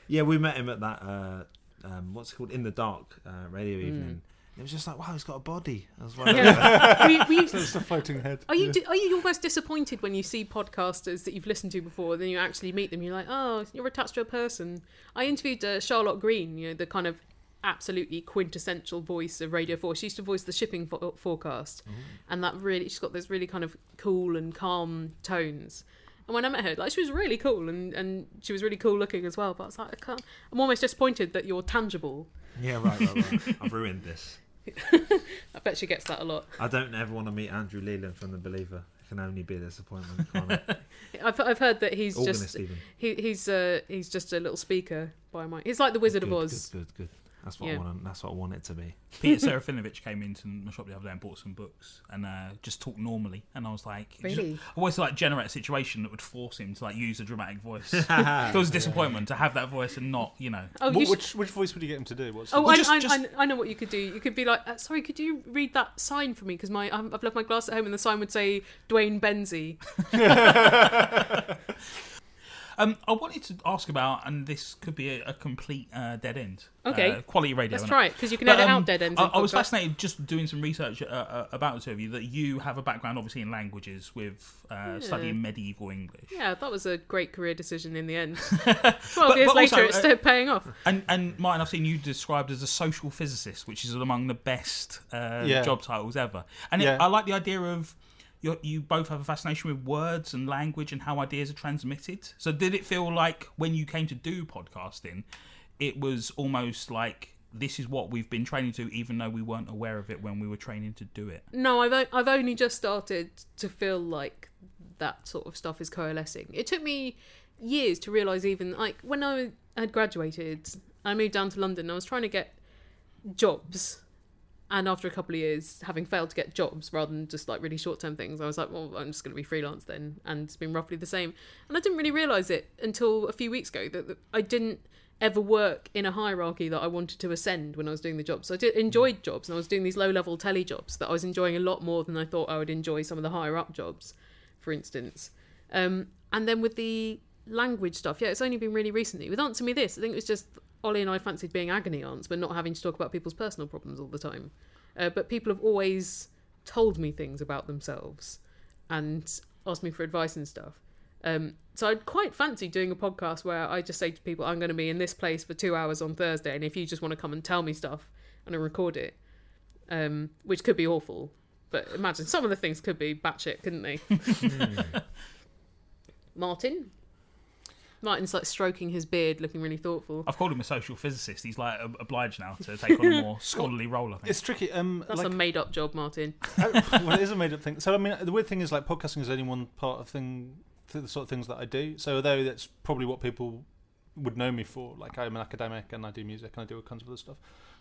Speaker 1: Yeah, we met him at that uh, um, what's it called in the dark uh, radio evening. It was just like, wow, he's got a body as well.
Speaker 4: Hmm. Yeah. Were you- were you-
Speaker 3: So it's a floating head.
Speaker 4: are you di- are you almost disappointed when you see podcasters that you've listened to before, then you actually meet them? You're like, "Oh, you're attached to a person." I interviewed uh, Charlotte Green, you know, the kind of absolutely quintessential voice of Radio Four. She used to voice the shipping fo- forecast, and that really she's got those really kind of cool and calm tones. And when I met her, like she was really cool and, and she was really cool looking as well. But I was like, I can't. I'm almost disappointed that you're tangible.
Speaker 1: Yeah, right, right, right. I've ruined this.
Speaker 4: I bet she gets that a lot.
Speaker 1: I don't ever want to meet Andrew Leland from The Believer. It can only be a disappointment. Can't it?
Speaker 4: I've, I've heard that he's
Speaker 1: Organist
Speaker 4: just
Speaker 1: even.
Speaker 4: he, he's uh, he's just a little speaker by my. He's like the Wizard
Speaker 1: good,
Speaker 4: of Oz.
Speaker 1: Good, good, good. That's what
Speaker 4: Yeah.
Speaker 1: I want. That's what I want it to be.
Speaker 2: Peter Serafinovich came into my shop the other day and bought some books and uh, just talked normally. And I was like, it just-
Speaker 4: Really?
Speaker 2: I always like generate a situation that would force him to like use a dramatic voice. so it was a disappointment to have that voice and not, you know.
Speaker 4: Oh,
Speaker 3: Wh-
Speaker 4: you should-
Speaker 3: which which voice would you get him to do? What's
Speaker 4: Oh,
Speaker 2: Well,
Speaker 4: I,
Speaker 2: just-
Speaker 4: I,
Speaker 2: just-
Speaker 4: I, I know what you could do. You could be like, uh, "Sorry, could you read that sign for me? Because my I'm, I've left my glass at home, and the sign would say Dwayne Benzie."
Speaker 2: Um, I wanted to ask about, and this could be a, a complete uh, dead end.
Speaker 4: Okay.
Speaker 2: Uh, quality radio.
Speaker 4: Let's
Speaker 2: innit?
Speaker 4: try it because you can
Speaker 2: But,
Speaker 4: edit
Speaker 2: um,
Speaker 4: out dead ends.
Speaker 2: I,
Speaker 4: in
Speaker 2: I was
Speaker 4: podcasts.
Speaker 2: fascinated just doing some research uh, uh, about the two of you that you have a background, obviously, in languages with uh, studying medieval English.
Speaker 4: Yeah, that was a great career decision in the end. Twelve
Speaker 2: But-
Speaker 4: years
Speaker 2: but
Speaker 4: later,
Speaker 2: also,
Speaker 4: it's
Speaker 2: uh,
Speaker 4: still paying off.
Speaker 2: And, and Martin, I've seen you described as a social physicist, which is among the best uh,
Speaker 3: Yeah.
Speaker 2: job titles ever. And it,
Speaker 3: Yeah.
Speaker 2: I like the idea of you you both have a fascination with words and language and how ideas are transmitted. So, did it feel like when you came to do podcasting, it was almost like this is what we've been training to, even though we weren't aware of it when we were training to do it?
Speaker 4: No, I've o- I've only just started to feel like that sort of stuff is coalescing. It took me years to realize even like when I had graduated, I moved down to London. I was trying to get jobs, and after a couple of years, having failed to get jobs rather than just like really short term things, I was like, well, I'm just going to be freelance then, and it's been roughly the same. And I didn't really realize it until a few weeks ago that that I didn't ever work in a hierarchy that I wanted to ascend when I was doing the job. So I did, enjoyed jobs, and I was doing these low level telly jobs that I was enjoying a lot more than I thought I would enjoy some of the higher up jobs, for instance. Um, and then with the language stuff, yeah, it's only been really recently. With Answer Me This, I think it was just Ollie and I fancied being agony aunts, but not having to talk about people's personal problems all the time. Uh, but people have always told me things about themselves and asked me for advice and stuff. Um, so I'd quite fancy doing a podcast where I just say to people, I'm going to be in this place for two hours on Thursday, and if you just want to come and tell me stuff and I record it, um, which could be awful. But imagine some of the things could be batshit, couldn't they?
Speaker 3: Hmm.
Speaker 4: Martin? Martin's like stroking his beard, looking really
Speaker 3: Oh,
Speaker 4: thoughtful.
Speaker 2: I've called him a social physicist. He's like ob- obliged now to take on a more scholarly role, I think.
Speaker 3: It's tricky. Um,
Speaker 4: That's
Speaker 3: like,
Speaker 4: a made up job, Martin.
Speaker 3: I- well, it is a made up thing. So I mean, the weird thing is like podcasting is only one part of thing, th- the sort of things that I do. So although that's probably what people would know me for, like I'm an academic and I do music and I do all kinds of other stuff.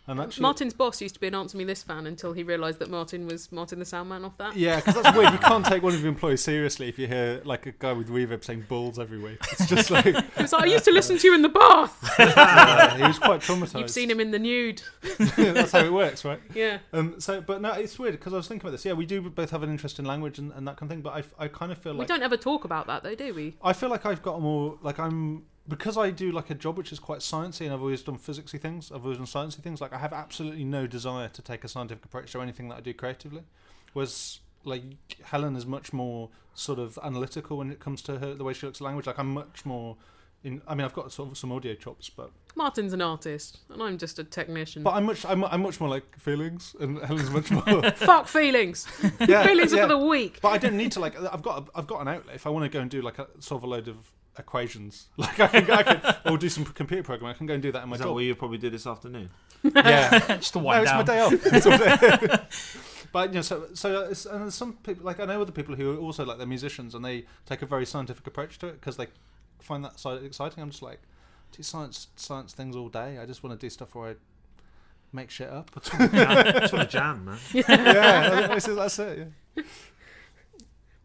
Speaker 3: And actually,
Speaker 4: Martin's boss used to be an Answer Me This fan until he realised that Martin was Martin the Sound Man off that.
Speaker 3: yeah, because that's weird. You can't take one of your employees seriously if you hear like a guy with reverb saying balls every week. It's just like
Speaker 4: He was like, I used to listen to you in the bath.
Speaker 3: yeah, he was quite traumatized.
Speaker 4: You've seen him in the nude.
Speaker 3: that's how it works, right?
Speaker 4: Yeah.
Speaker 3: Um, so, but no, it's weird because I was thinking about this. Yeah, we do both have an interest in language and, and that kind of thing. But I f- I, kind of feel
Speaker 4: we
Speaker 3: like
Speaker 4: don't ever talk about that though, do we?
Speaker 3: I feel like I've got a more like I'm because I do like a job which is quite sciencey, and I've always done physicsy things. I've always done sciencey things. Like I have absolutely no desire to take a scientific approach to anything that I do creatively. Whereas like Helen is much more sort of analytical when it comes to her the way she looks at language. Like I'm much more. In, I mean, I've got sort of some audio chops, but
Speaker 4: Martin's an artist, and I'm just a technician.
Speaker 3: but I'm much I'm, I'm much more like feelings, and Helen's much more
Speaker 4: Fuck feelings.
Speaker 3: yeah,
Speaker 4: feelings
Speaker 3: yeah.
Speaker 4: are for the weak.
Speaker 3: But I don't need to like. I've got a, I've got an outlet. If I want to go and do like a, solve a load of equations, like I can, I can or do some computer programming, I can go and do that in my
Speaker 1: Is that
Speaker 3: job.
Speaker 1: what you probably do this afternoon?
Speaker 3: yeah,
Speaker 2: Just to
Speaker 3: no,
Speaker 2: wind
Speaker 3: it's my
Speaker 2: down.
Speaker 3: day off. It's all day. but you know, so so it's, and there's some people like I know other people who are also like they're musicians and they take a very scientific approach to it because they find that side exciting. I'm just like do science science things all day. I just want to do stuff where I make shit up.
Speaker 1: That's what a jam, man.
Speaker 3: yeah, that's it. That's it yeah.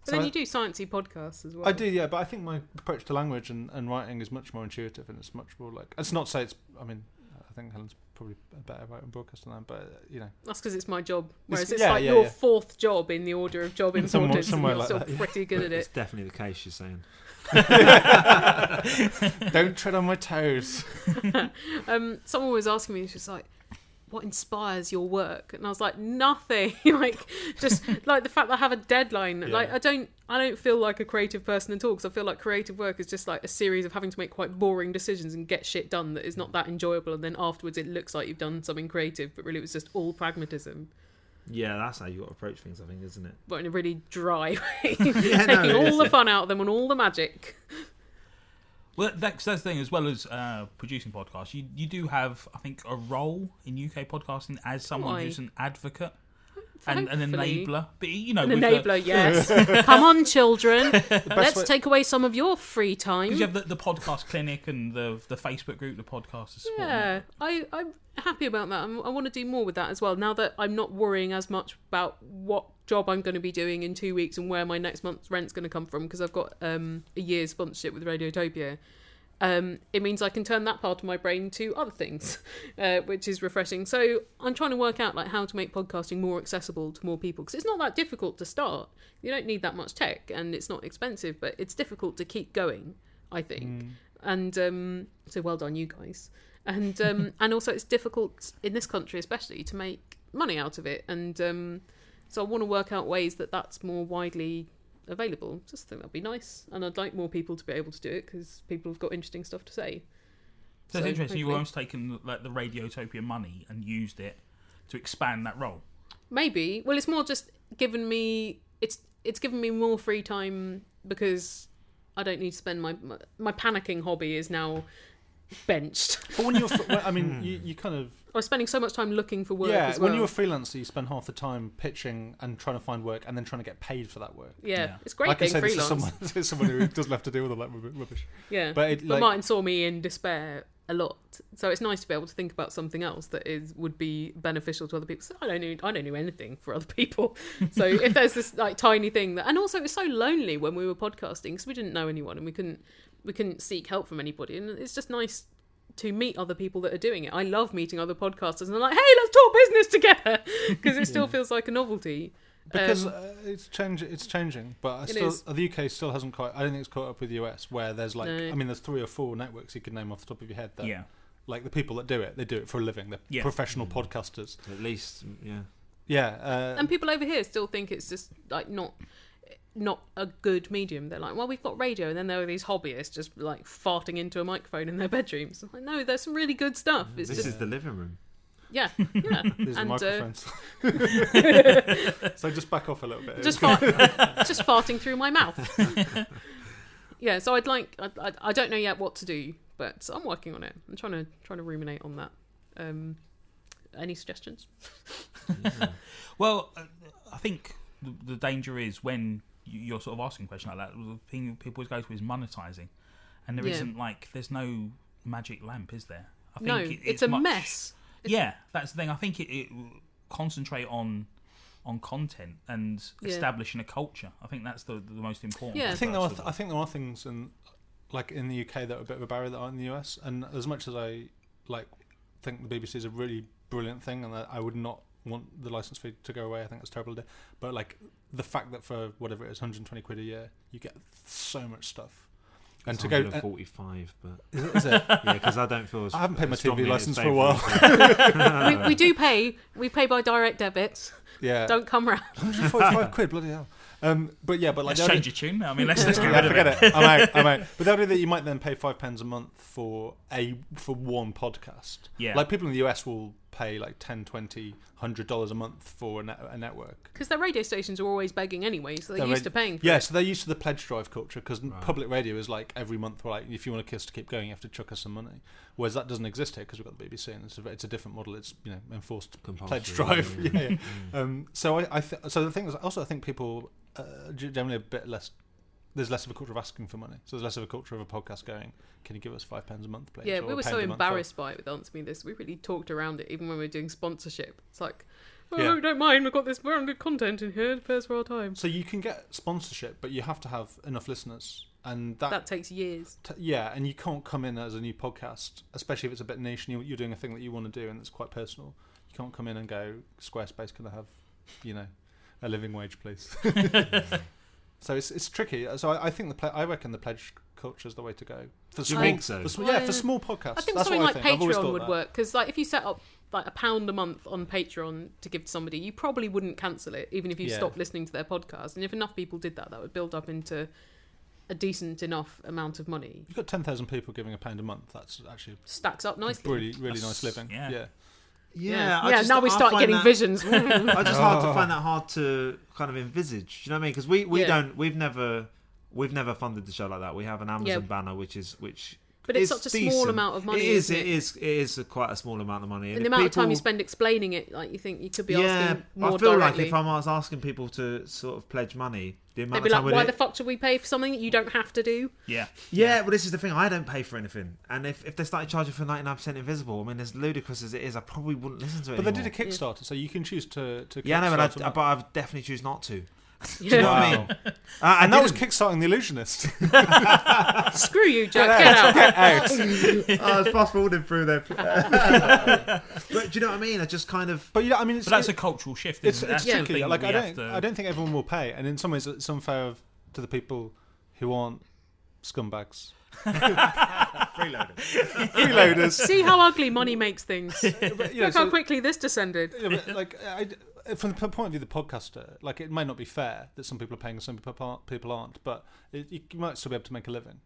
Speaker 4: But then
Speaker 3: So-
Speaker 4: you do sciencey podcasts as well.
Speaker 3: I do, yeah, but I think my approach to language and, and writing is much more intuitive and it's much more like. It's not to say it's. I mean, I think Helen's probably a better writer and broadcaster than I am, but, uh, you know.
Speaker 4: That's because it's my job. Whereas it's,
Speaker 3: yeah,
Speaker 4: like
Speaker 3: yeah,
Speaker 4: your
Speaker 3: yeah.
Speaker 4: fourth job in the order of job importance,
Speaker 3: Somewhere-
Speaker 4: and
Speaker 3: somewhere
Speaker 4: you're
Speaker 3: like
Speaker 4: still
Speaker 3: that, yeah.
Speaker 4: pretty good at
Speaker 1: It's
Speaker 4: it.
Speaker 1: definitely the case. You're saying.
Speaker 3: Don't tread on my toes.
Speaker 4: Um, someone was asking me, she was like, "What inspires your work?" And I was like, "Nothing. like, just like the fact that I have a deadline. Like, I don't, I don't feel like a creative person at all because I feel like creative work is just like a series of having to make quite boring decisions and get shit done that is not that enjoyable. And then afterwards, it looks like you've done something creative, but really it was just all pragmatism,
Speaker 1: Yeah, that's how you got to approach things. I think, isn't it?
Speaker 4: but in a really dry way,
Speaker 1: Yeah, no,
Speaker 4: taking
Speaker 1: it
Speaker 4: all
Speaker 1: is.
Speaker 4: the fun out of them and all the magic."
Speaker 2: Well, that's, that's the thing. As well as uh, producing podcasts, you you do have, I think, a role in UK podcasting as someone
Speaker 4: I?
Speaker 2: who's an advocate. and an
Speaker 4: Hopefully.
Speaker 2: enabler. But you know,
Speaker 4: An
Speaker 2: with the-
Speaker 4: enabler, yes. Come on, children. Let's
Speaker 3: way-
Speaker 4: take away some of your free time.
Speaker 2: 'cause you have the, the podcast clinic and the the Facebook group, the podcast is supporting.
Speaker 4: Yeah, I, I'm happy about that. I'm, I want to do more with that as well. Now that I'm not worrying as much about what job I'm going to be doing in two weeks and where my next month's rent's going to come from, because I've got um, a year's sponsorship with Radiotopia. Um, it means I can turn that part of my brain to other things, uh, which is refreshing. So I'm trying to work out like how to make podcasting more accessible to more people because it's not that difficult to start. You don't need that much tech, and it's not expensive, but it's difficult to keep going. I think, and um, so well done, you guys. And um, and also it's difficult in this country, especially, to make money out of it. And um, so I want to work out ways that that's more widely available. Just think that'd be nice, and I'd like more people to be able to do it because people have got interesting stuff to say.
Speaker 2: So it's
Speaker 4: So,
Speaker 2: interesting. You've
Speaker 4: hopefully-
Speaker 2: almost taken like the Radiotopia money and used it to expand that role.
Speaker 4: Maybe. Well, it's more just given me it's it's given me more free time because I don't need to spend my my, my panicking hobby is now benched.
Speaker 3: But when you're, fr- well, I mean, you, you kind of
Speaker 4: I was spending so much time looking for Hmm. work.
Speaker 3: yeah.
Speaker 4: as well.
Speaker 3: When you're a freelancer, you spend half the time pitching and trying to find work, and then trying to get paid for that work.
Speaker 4: yeah,
Speaker 2: Yeah.
Speaker 4: it's great
Speaker 3: like
Speaker 4: being
Speaker 3: I say, this
Speaker 4: freelance.
Speaker 3: is someone, this is someone who doesn't have to deal with all that rub- rubbish.
Speaker 4: Yeah,
Speaker 3: But it,
Speaker 4: but
Speaker 3: like-
Speaker 4: Martin saw me in despair a lot, so it's nice to be able to think about something else that is would be beneficial to other people. So I don't know, I don't know anything for other people. So if there's this like tiny thing that, and also it was so lonely when we were podcasting because we didn't know anyone and we couldn't we couldn't seek help from anybody, and it's just nice to meet other people that are doing it. I love meeting other podcasters and they're like, hey, let's talk business together because it still feels like a novelty.
Speaker 3: Because
Speaker 4: Um,
Speaker 3: uh, it's change, it's changing, but I
Speaker 4: It
Speaker 3: still,
Speaker 4: is.
Speaker 3: the UK still hasn't quite. I don't think it's caught up with the US, where there's like,
Speaker 4: No.
Speaker 3: I mean, there's three or four networks you could name off the top of your head. That,
Speaker 2: Yeah,
Speaker 3: like the people that do it, they do it for a living. They're
Speaker 2: Yeah. Mm.
Speaker 3: professional podcasters.
Speaker 1: At least, yeah.
Speaker 3: Yeah, uh,
Speaker 4: and people over here still think it's just like not not a good medium. They're like, well, we've got radio, and then there are these hobbyists just like farting into a microphone in their bedrooms. I'm like, no, there's some really good stuff. It's
Speaker 1: this
Speaker 4: just
Speaker 1: is the living room.
Speaker 4: yeah, yeah,
Speaker 3: these are
Speaker 4: and uh,
Speaker 3: microphones. so just back off a little bit.
Speaker 4: just fart, just farting through my mouth. yeah, so I'd like I, I, I don't know yet what to do, but I'm working on it. I'm trying to trying to ruminate on that. Um, any suggestions?
Speaker 2: Well, uh, I think the, the danger is when you- you're sort of asking a question like that. The thing people always go to is monetizing, and there
Speaker 4: Yeah.
Speaker 2: not like there's no magic lamp, is there? I
Speaker 4: no,
Speaker 2: it-
Speaker 4: it's, a
Speaker 2: much-
Speaker 4: mess.
Speaker 2: yeah, that's the thing. I think it, it concentrate on on content and
Speaker 4: Yeah.
Speaker 2: establishing a culture. I think that's the the most important.
Speaker 4: Yeah.
Speaker 3: I think there are.
Speaker 2: parts
Speaker 3: Th-
Speaker 2: of
Speaker 3: I think there are things in, like in the UK, that are a bit of a barrier that aren't in the US. And as much as I like, think the BBC is a really brilliant thing, and I, I would not want the license fee to go away. I think that's a terrible idea. But like the fact that for whatever it is, 120 quid a year, you get so much stuff. And
Speaker 1: It's
Speaker 3: to go, and-
Speaker 1: 145, but
Speaker 3: is it- is it?
Speaker 1: yeah, because I don't feel. As,
Speaker 3: I haven't paid my
Speaker 1: as strongly
Speaker 3: TV
Speaker 1: as
Speaker 3: license for a
Speaker 1: Dave
Speaker 3: while.
Speaker 1: feels.
Speaker 4: we, we do pay. We pay by direct debit.
Speaker 3: yeah,
Speaker 4: Don't come round.
Speaker 3: 145 quid, bloody hell. Um, but yeah, but like
Speaker 2: Let's
Speaker 3: the idea-
Speaker 2: change your tune. I mean, let's, let's get
Speaker 3: Yeah,
Speaker 2: rid of
Speaker 3: forget
Speaker 2: it.
Speaker 3: it. I'm out. I'm out. But the idea that you might then pay five pounds a month for a for one podcast.
Speaker 2: Yeah.
Speaker 3: Like people in the US will pay like 10, 20, 100 dollars a month for a, net, a network.
Speaker 4: Because their radio stations are always begging anyway, so they're
Speaker 3: They're
Speaker 4: used
Speaker 3: reg-
Speaker 4: to paying. For
Speaker 3: Yeah,
Speaker 4: it.
Speaker 3: so they're used to the pledge drive culture because
Speaker 1: Right.
Speaker 3: public radio is like every month we're like, if you want to kiss to keep going, you have to chuck us some money. Whereas that doesn't exist here because we've got the BBC and it's a, it's a different model. It's you know enforced
Speaker 1: Compulsory,
Speaker 3: pledge drive.
Speaker 1: yeah,
Speaker 3: Yeah.
Speaker 1: yeah.
Speaker 3: yeah. Um, so I, I th- so the thing is also I think people uh, g- generally a bit less. There's less of a culture of asking for money, so there's less of a culture of a podcast going. Can you give us five pounds a month, please?
Speaker 4: yeah.
Speaker 3: Or
Speaker 4: We
Speaker 3: a
Speaker 4: were
Speaker 3: pound
Speaker 4: so
Speaker 3: a month, or-"
Speaker 4: embarrassed by it with Answer Me This. We really talked around it, even when we were doing sponsorship. It's like, oh,
Speaker 3: Yeah.
Speaker 4: don't mind, we've got this we're on good content in here. It pays for our time.
Speaker 3: So you can get sponsorship, but you have to have enough listeners, and that,
Speaker 4: That takes years.
Speaker 3: t- yeah, and you can't come in as a new podcast, especially if it's a bit niche and you, you're doing a thing that you want to do and it's quite personal. You can't come in and go, Squarespace, can I have, you know, a living wage, please? so it's it's tricky. So I, I think the ple- I reckon the pledge culture is the way to go for
Speaker 1: Do you
Speaker 3: small,
Speaker 1: think so?
Speaker 3: for sm- yeah,
Speaker 4: Yeah.
Speaker 3: for small podcasts.
Speaker 4: I think
Speaker 3: That's
Speaker 4: something
Speaker 3: what
Speaker 4: like
Speaker 3: I think. I've always
Speaker 4: Patreon
Speaker 3: thought
Speaker 4: would
Speaker 3: that.
Speaker 4: work because, like, if you set up like a pound a month on Patreon to give to somebody, you probably wouldn't cancel it, even if you
Speaker 3: Yeah.
Speaker 4: stopped listening to their podcast. And if enough people did that, that would build up into a decent enough amount of money.
Speaker 3: You've got ten thousand people giving a pound a month. That's actually
Speaker 4: Stacks up nicely.
Speaker 3: really really
Speaker 2: That's-
Speaker 3: nice living.
Speaker 2: yeah.
Speaker 3: yeah.
Speaker 1: Yeah, I
Speaker 4: yeah.
Speaker 1: just-
Speaker 4: now we
Speaker 1: I
Speaker 4: start
Speaker 1: find
Speaker 4: getting
Speaker 1: that-
Speaker 4: visions.
Speaker 1: I just hard to find that hard to kind of envisage. Do you know what I mean? Because we, we
Speaker 4: Yeah.
Speaker 1: don't we've never we've never funded the show like that. We have an Amazon
Speaker 4: Yeah.
Speaker 1: banner which is which
Speaker 4: But it's,
Speaker 1: It's
Speaker 4: such a small
Speaker 1: decent.
Speaker 4: amount of money.
Speaker 1: It is.
Speaker 4: isn't
Speaker 1: It is. It is a quite a small amount of money.
Speaker 4: And
Speaker 1: if
Speaker 4: the amount of time you
Speaker 1: people-
Speaker 4: spend explaining it, like you think you could be
Speaker 1: Yeah,
Speaker 4: asking more
Speaker 1: I feel
Speaker 4: directly.
Speaker 1: like if I was asking people to sort of pledge money, the
Speaker 4: They'd
Speaker 1: amount
Speaker 4: be
Speaker 1: of time
Speaker 4: like,
Speaker 1: would
Speaker 4: "Why
Speaker 1: it-
Speaker 4: the fuck should we pay for something that you don't have to do?"
Speaker 2: Yeah.
Speaker 1: Yeah, well, this is the thing. I don't pay for anything, and if, if they started charging for ninety nine percent invisible, I mean, as ludicrous as it is, I probably wouldn't listen to it.
Speaker 3: But they did a
Speaker 1: anymore.
Speaker 3: Kickstarter, so you can choose to. to
Speaker 1: yeah, no, but
Speaker 3: Kickstarter
Speaker 1: I,
Speaker 3: them.
Speaker 1: but I would definitely choose not to.
Speaker 4: Yeah.
Speaker 1: know what I
Speaker 3: Wow.
Speaker 1: Uh, I
Speaker 3: and that was
Speaker 1: didn't.
Speaker 3: kickstarting the illusionist.
Speaker 4: Screw you, Jack. Get out. Oh,
Speaker 1: I was fast forwarding through there. but do you know what I mean? I just kind of
Speaker 3: but yeah, I mean, it's,
Speaker 2: But that's a
Speaker 3: it-
Speaker 2: cultural shift.
Speaker 3: it's,
Speaker 2: isn't it?
Speaker 3: it's
Speaker 2: That's the
Speaker 3: tricky.
Speaker 2: thing
Speaker 3: Like
Speaker 2: we
Speaker 3: I
Speaker 2: have
Speaker 3: don't,
Speaker 2: to-
Speaker 3: I don't think everyone will pay, and in some ways, it's unfair of, to the people who aren't scumbags. Freeloaders.
Speaker 4: See how ugly money makes things.
Speaker 3: Freeloaders. You know,
Speaker 4: Look how
Speaker 3: so-
Speaker 4: quickly this descended.
Speaker 3: Yeah, but, like I, from the point of view of the podcaster, like it might not be fair that some people are paying and some people aren't- people aren't, but it, you might still be able to make a living.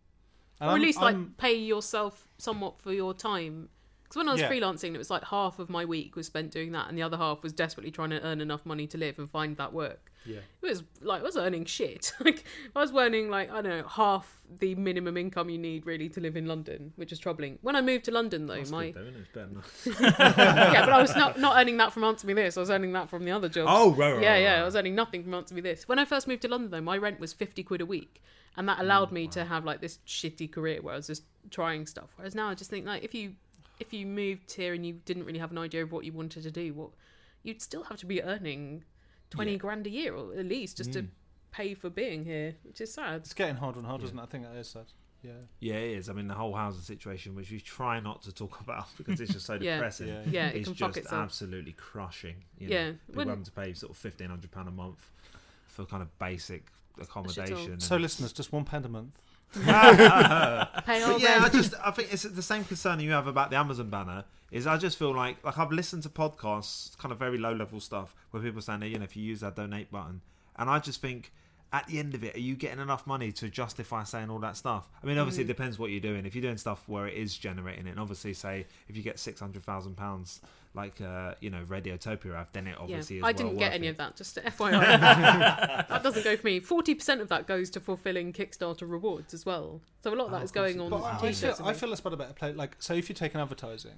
Speaker 3: And
Speaker 4: or
Speaker 1: Um,
Speaker 3: I'm-
Speaker 4: at least like
Speaker 3: I'm-
Speaker 4: pay yourself somewhat for your time. Because when I was
Speaker 3: Yeah.
Speaker 4: freelancing, it was like half of my week was spent doing that, and the other half was desperately trying to earn enough money to live and find that work.
Speaker 3: Yeah.
Speaker 4: It was like I was earning shit. Like I was earning like I don't know half the minimum income you need really to live in London, which is troubling. When I moved to London though, my yeah, but I was not not earning that from Answer Me This. I was earning that from the other jobs.
Speaker 1: Oh, right, right,
Speaker 4: yeah,
Speaker 1: right,
Speaker 4: yeah.
Speaker 1: right.
Speaker 4: I was earning nothing from Answer Me This. When I first moved to London, though, my rent was fifty quid a week, and that allowed me to have like this shitty career where I was just trying stuff. Whereas now, I just think like if you if you moved here and you didn't really have an idea of what you wanted to do, what you'd still have to be earning twenty grand a year or at least just
Speaker 1: Mm.
Speaker 4: to pay for being here, which is sad.
Speaker 3: it's getting harder and harder, isn't it? I think that is sad. Yeah,
Speaker 1: yeah, it is. I mean, the whole housing situation, which we try not to talk about because it's just so
Speaker 4: Yeah.
Speaker 1: depressing,
Speaker 3: Yeah.
Speaker 4: Yeah, it
Speaker 1: is
Speaker 4: can
Speaker 1: just
Speaker 4: fuck itself.
Speaker 1: absolutely crushing. You know?
Speaker 4: Yeah,
Speaker 1: people
Speaker 4: wouldn't-
Speaker 1: having to pay sort of fifteen hundred pound a month for kind of basic accommodation. and-
Speaker 3: So listeners, just one pound a month.
Speaker 4: Pay our
Speaker 1: But yeah, I
Speaker 4: rent.
Speaker 1: just I think it's the same concern you have about the Amazon banner. Is I just feel like like I've listened to podcasts, kind of very low level stuff, where people are saying that you know if you use that donate button, and I just think at the end of it, are you getting enough money to justify saying all that stuff? I mean,
Speaker 4: Mm.
Speaker 1: obviously it depends what you're doing. If you're doing stuff where it is generating it, and obviously say if you get six hundred thousand pounds, like uh, you know Radiotopia have, then it
Speaker 4: Yeah,
Speaker 1: obviously is.
Speaker 4: I didn't
Speaker 1: well
Speaker 4: get
Speaker 1: worth
Speaker 4: any
Speaker 1: it.
Speaker 4: of that. Just FYI, that doesn't go for me. Forty percent of that goes to fulfilling Kickstarter rewards as well. So a lot of that is going on.
Speaker 3: But I, I feel
Speaker 4: t-shirts and
Speaker 3: I
Speaker 4: things.
Speaker 3: feel less bad about a play. Like, so if you take an advertising,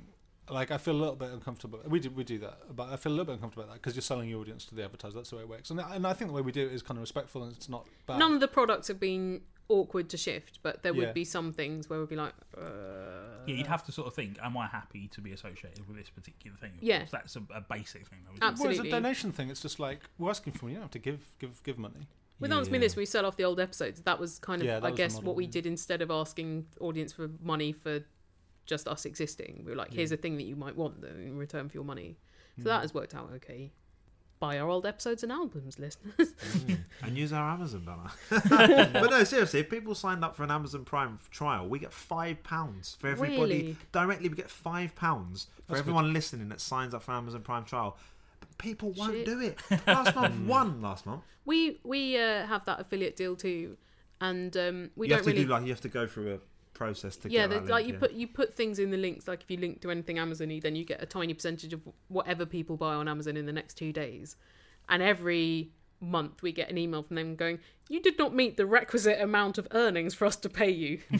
Speaker 3: like I feel a little bit uncomfortable. We do we do that, but I feel a little bit uncomfortable about that because you're selling your audience to the advertiser. That's the way it works, and I- and I think the way we do it is kind of respectful and it's not bad.
Speaker 4: None of the products have been awkward to shift, but there
Speaker 3: Yeah.
Speaker 4: would be some things where we'd be like, uh,
Speaker 2: Yeah, you'd have to sort of think: Am I happy to be associated with this particular thing? Of
Speaker 4: Yeah.
Speaker 2: course, that's a, a basic thing. Though, isn't
Speaker 4: Absolutely.
Speaker 2: it?
Speaker 3: Well, it's a donation thing. It's just like we're asking for. You don't have to give give give money.
Speaker 4: with Answer Me
Speaker 1: Yeah.
Speaker 4: This, we sell off the old episodes. That was kind of,
Speaker 3: Yeah, that
Speaker 4: I
Speaker 3: was the
Speaker 4: guess,
Speaker 3: model,
Speaker 4: what we
Speaker 3: yeah.
Speaker 4: did instead of asking audience for money for just us existing. We were like, here's a thing that you might want though, in return for your money. So
Speaker 3: Hmm.
Speaker 4: that has worked out okay. Buy our old episodes and albums, listeners.
Speaker 1: and use our Amazon banner. but no, seriously, if people signed up for an Amazon Prime trial, we get five pounds for everybody.
Speaker 4: Really?
Speaker 1: Directly, we get five pounds for everyone listening that signs up for an Amazon Prime trial. But people won't
Speaker 4: Shit.
Speaker 1: do it. Last month, one last month.
Speaker 4: we we uh, have that affiliate deal too, and um, we
Speaker 1: you have
Speaker 4: don't
Speaker 1: to
Speaker 4: really.
Speaker 1: do like you have to go through a process to
Speaker 4: yeah,
Speaker 1: get
Speaker 4: the,
Speaker 1: that
Speaker 4: like
Speaker 1: link,
Speaker 4: you
Speaker 1: yeah.
Speaker 4: put you put things in the links. Like if you link to anything Amazon-y, then you get a tiny percentage of whatever people buy on Amazon in the next two days. And every month we get an email from them going, "You did not meet the requisite amount of earnings for us to pay you."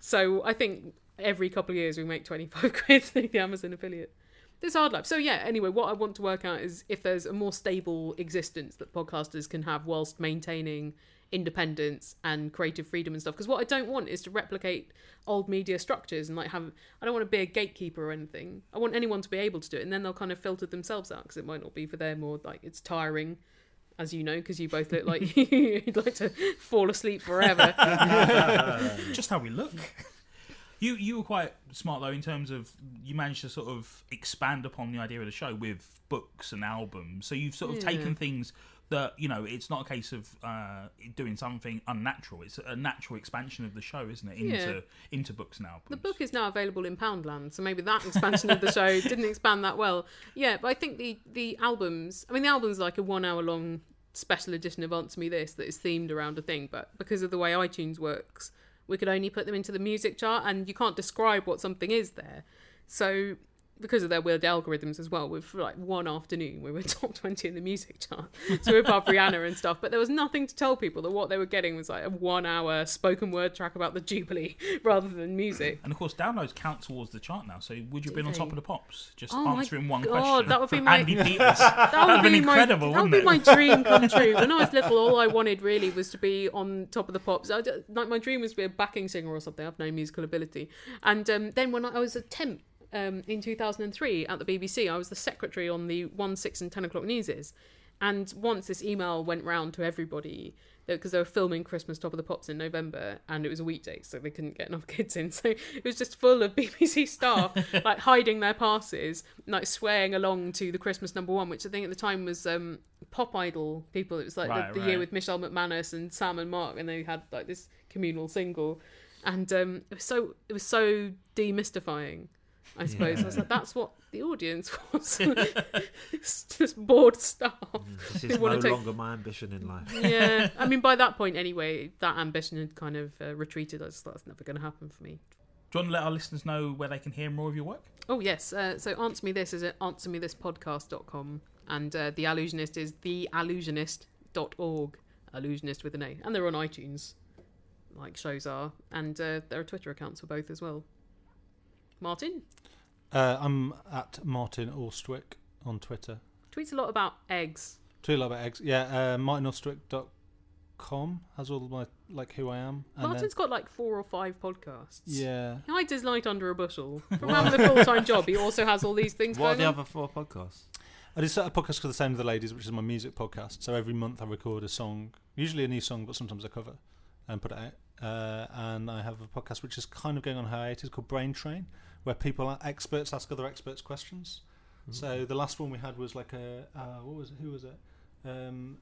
Speaker 4: so I think every couple of years we make twenty five quid through the Amazon affiliate. This hard life. So yeah. Anyway, what I want to work out is if there's a more stable existence that podcasters can have whilst maintaining independence and creative freedom and stuff. Because what I don't want is to replicate old media structures and like have. I don't want to be a gatekeeper or anything. I want anyone to be able to do it, and then they'll kind of filter themselves out because it might not be for them or like it's tiring. As you know, because you both look like you'd like to fall asleep forever.
Speaker 2: just how we look. You you were quite smart though in terms of you managed to sort of expand upon the idea of the show with books and albums. So you've sort of taken things that you know it's not a case of uh, doing something unnatural. It's a natural expansion of the show, isn't it? Into into books and albums.
Speaker 4: The book is now available in Poundland, so maybe that expansion of the show didn't expand that well. Yeah, but I think the the albums. I mean, the album's like a one hour long special edition of Answer Me This that is themed around a thing, but because of the way iTunes works, we could only put them into the music chart, and you can't describe what something is there. So because of their weird algorithms as well, with like one afternoon we were top 20 in the music chart. So we're above Rihanna and stuff, but there was nothing to tell people that what they were getting was like a one hour spoken word track about the Jubilee rather than music.
Speaker 2: And of course, downloads count towards the chart now. So would you have been on
Speaker 4: they?
Speaker 2: top of the pops just
Speaker 4: Oh my
Speaker 2: answering one
Speaker 4: God,
Speaker 2: question?
Speaker 4: that would be my-
Speaker 2: And he beat us.
Speaker 4: That would
Speaker 2: been
Speaker 4: be
Speaker 2: incredible,
Speaker 4: my, that would be
Speaker 2: wouldn't
Speaker 4: my dream come true. When I was little, all I wanted really was to be on top of the pops. I just, like my dream was to be a backing singer or something. I've no musical ability. And um, then when I was a temp um, in 2003 at the BBC, I was the secretary on the one, six, and ten o'clock newses. And once this email went round to everybody because they were filming Christmas Top of the Pops in November and it was a weekday, so they couldn't get enough kids in. So it was just full of BBC staff like hiding their passes, like swaying along to the Christmas number one, which I think at the time was um, Pop Idol people. It was like
Speaker 2: Right,
Speaker 4: the, the
Speaker 2: right.
Speaker 4: year with Michelle McManus and Sam and Mark, and they had like this communal single, and um, it was so it was so demystifying. I suppose I was like, that's what the audience was. it's just bored staff.
Speaker 1: This
Speaker 4: They
Speaker 1: is no
Speaker 4: wanna take-
Speaker 1: longer my ambition in life.
Speaker 4: yeah, I mean, by that point anyway, that ambition had kind of uh, retreated. I just thought that's never going to happen for me.
Speaker 2: Do you want to let our listeners know where they can hear more of your work?
Speaker 4: Oh yes, uh, so answer me this is at answermethispodcast.com and uh, the allusionist is theallusionist.org, allusionist with an A, and they're on iTunes, like shows are, and uh, there are Twitter accounts for both as well. Martin
Speaker 3: Uh, I'm at Martin Allstwick on Twitter.
Speaker 4: tweets a lot about eggs.
Speaker 3: Tweet a lot about eggs. Yeah, uh, martinallstwick.com has all my like who I am. And
Speaker 4: Martin's got like four or five podcasts.
Speaker 3: then, yeah.
Speaker 4: He hides his light under a bushel. From having a full time job, he also has all these things
Speaker 1: What are
Speaker 4: going
Speaker 1: the
Speaker 4: on.
Speaker 1: other four podcasts?
Speaker 3: I did set a podcast called The Sound of the Ladies, which is my music podcast. So every month I record a song, usually a new song, but sometimes a cover, and put it out. Uh, and I have a podcast which is kind of going on hiatus called Brain Train, where people, are experts, ask other experts questions. So the last one we had was like a uh, what was it? Who was it? Um,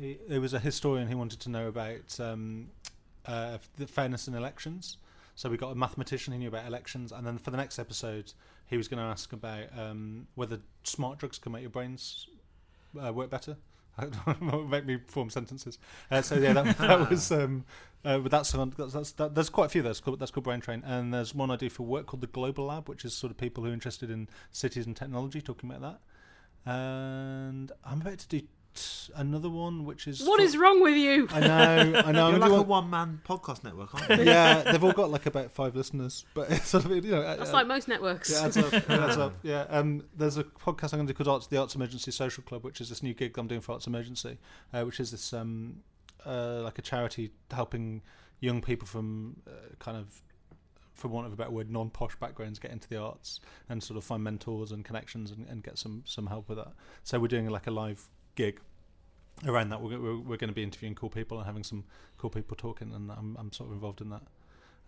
Speaker 3: a- it was a historian who wanted to know about um, uh, the fairness in elections. So we got a mathematician who knew about elections, and then for the next episode, he was going to ask about um, whether smart drugs can make your brains uh, work better. make me form sentences. Uh, so yeah, that, that was. Um, uh, but that's, on- that's, that's that, there's quite a few. That's called that's called Brain Train, and there's one I do for work called the Global Lab, which is sort of people who are interested in cities and technology talking about that. And I'm about to do t- another one, which is
Speaker 4: What
Speaker 3: for-
Speaker 4: is wrong with you?
Speaker 3: I know, I know. I'm
Speaker 1: You're
Speaker 3: gonna
Speaker 1: like
Speaker 3: do
Speaker 1: a
Speaker 3: one-
Speaker 1: one-man podcast network, aren't you?
Speaker 3: yeah, they've all got like about five listeners, but it's sort of you know.
Speaker 4: That's
Speaker 3: uh,
Speaker 4: like most networks.
Speaker 3: yeah, adds up. It adds up. Yeah. Um, there's a podcast I'm going to do called Arts, the Arts Emergency Social Club, which is this new gig I'm doing for Arts Emergency, uh, which is this um, uh, like a charity helping young people from uh, kind of, for want of a better word, non-posh backgrounds get into the arts and sort of find mentors and connections and, and get some some help with that. So we're doing like a live gig. Around that, we're, go- we're, we're going to be interviewing cool people and having some cool people talking, and I'm, I'm sort of involved in that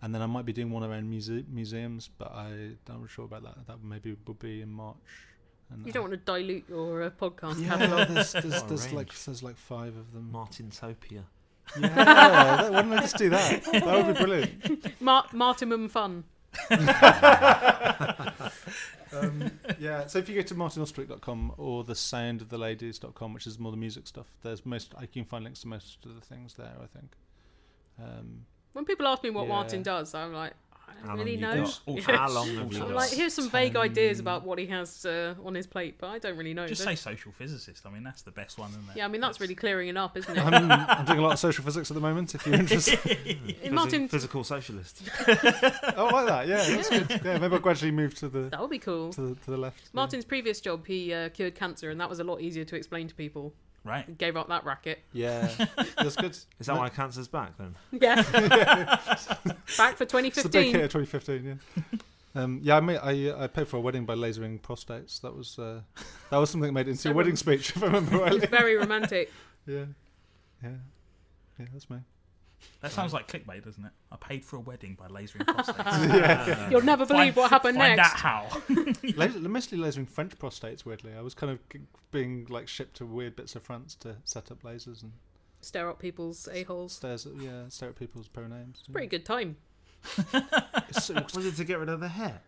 Speaker 3: and then I might be doing one around muse- museums, but I, I'm not sure about that. That maybe would be in March. And
Speaker 4: You don't want to dilute your uh, podcast
Speaker 3: Yeah,
Speaker 4: catalog.
Speaker 3: there's, there's,
Speaker 1: What a
Speaker 3: there's like
Speaker 1: range.
Speaker 3: there's like five of them.
Speaker 1: Martin Topia.
Speaker 3: Yeah, that- why don't I just do that? That would be brilliant.
Speaker 4: Mar- Martimum fun.
Speaker 3: Um, yeah, so if you go to martinulstrich.com or the soundoftheladies.com, which is more the music stuff, there's most I can find links to most of the things there. I think. Um,
Speaker 4: When people ask me what
Speaker 3: Yeah.
Speaker 4: Martin does, I'm like, I
Speaker 1: How
Speaker 4: don't
Speaker 1: long
Speaker 4: really
Speaker 1: you
Speaker 4: know.
Speaker 1: got?
Speaker 2: Also-
Speaker 1: How long have you
Speaker 2: also-
Speaker 4: I'm
Speaker 1: got?
Speaker 4: like, here's some vague ideas
Speaker 3: Ten-
Speaker 4: about what he has uh, on his plate, but I don't really know.
Speaker 2: Just say
Speaker 4: Don't-
Speaker 2: social physicist. I mean, that's the best one, isn't it?
Speaker 4: yeah, I mean, that's really clearing it up, isn't it?
Speaker 3: I'm, I'm doing a lot of social physics at the moment. If you're interested,
Speaker 4: Hey,
Speaker 1: Physi-
Speaker 4: Martin,
Speaker 1: physical socialist.
Speaker 3: Oh, I like that. Yeah, that's good. Yeah, maybe I'll gradually move to the
Speaker 4: that would be cool.
Speaker 3: to the, to the left. yeah.
Speaker 4: Martin's previous job, he uh, cured cancer, and that was a lot easier to explain to people.
Speaker 2: Right.
Speaker 4: He gave up that racket.
Speaker 3: Yeah, that's good.
Speaker 1: Is that why cancer's back then?
Speaker 4: Yeah. Back for
Speaker 3: It's the big
Speaker 4: 2015.
Speaker 3: hit of 2015. Yeah. Um, yeah, I, made, I I paid for a wedding by lasering prostates. That was uh, that was something that made it into a
Speaker 4: So-
Speaker 3: wedding speech, if I remember
Speaker 4: It's
Speaker 3: rightly.
Speaker 4: very romantic.
Speaker 3: Yeah, yeah, yeah. That's me.
Speaker 2: That sounds like clickbait, doesn't it? I paid for a wedding by lasering prostates.
Speaker 3: yeah,
Speaker 4: You'll never believe
Speaker 2: Find-
Speaker 4: what happened
Speaker 2: Find
Speaker 4: next.
Speaker 2: out how.
Speaker 3: Laser, mostly lasering French prostates. Weirdly, I was kind of g- being like shipped to weird bits of France to set up lasers and
Speaker 4: Stare up people's a-holes.
Speaker 3: stares. At, yeah, stare at people's pronames.
Speaker 4: It's a pretty good time.
Speaker 1: Was it to get rid of the hair?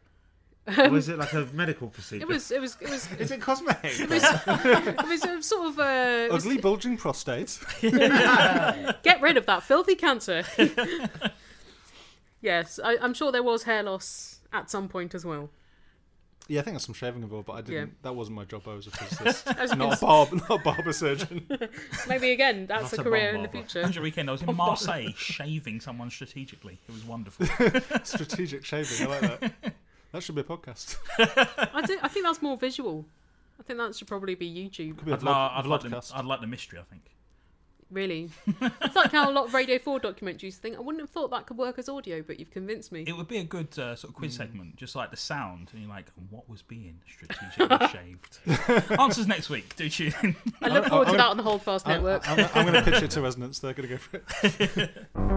Speaker 1: Or was it like a medical procedure?
Speaker 4: It was, it was, it was,
Speaker 1: Is it cosmetic?
Speaker 4: it was, it was a sort of uh, it was-
Speaker 3: Ugly bulging prostate.
Speaker 4: get rid of that filthy cancer. yes, I, I'm sure there was hair loss at some point as well.
Speaker 3: Yeah, I think there's some shaving involved, but I didn't. That wasn't my job. I was a physicist,
Speaker 4: As you
Speaker 3: not a
Speaker 4: can-
Speaker 3: barb, not a barber surgeon.
Speaker 4: Maybe again, that's
Speaker 1: Not
Speaker 4: a
Speaker 1: a
Speaker 4: career in
Speaker 1: bomb
Speaker 4: the
Speaker 1: barber.
Speaker 4: future.
Speaker 2: Under the weekend, I was in Marseille shaving someone strategically. It was wonderful.
Speaker 3: Strategic shaving. I like that. That should be a podcast.
Speaker 4: I, do, I think that's more visual. I think that should probably be YouTube.
Speaker 3: Could be a
Speaker 2: I'd,
Speaker 3: vlog,
Speaker 2: li- I'd, like the,
Speaker 3: vlogcast.
Speaker 2: I'd like the mystery, I think.
Speaker 4: Really, it's like how a lot of Radio Four documentaries think. I wouldn't have thought that could work as audio, but you've convinced me.
Speaker 2: It would be a good uh, sort of quiz segment, just like the sound. And you're like, what was being strategically shaved? Answers next week. Do tune in.
Speaker 4: I look
Speaker 3: I-
Speaker 4: forward
Speaker 3: I-
Speaker 4: to that on the Holdfast
Speaker 3: I-
Speaker 4: Network.
Speaker 3: I, am going to pitch it to Resonance. They're going to go for it.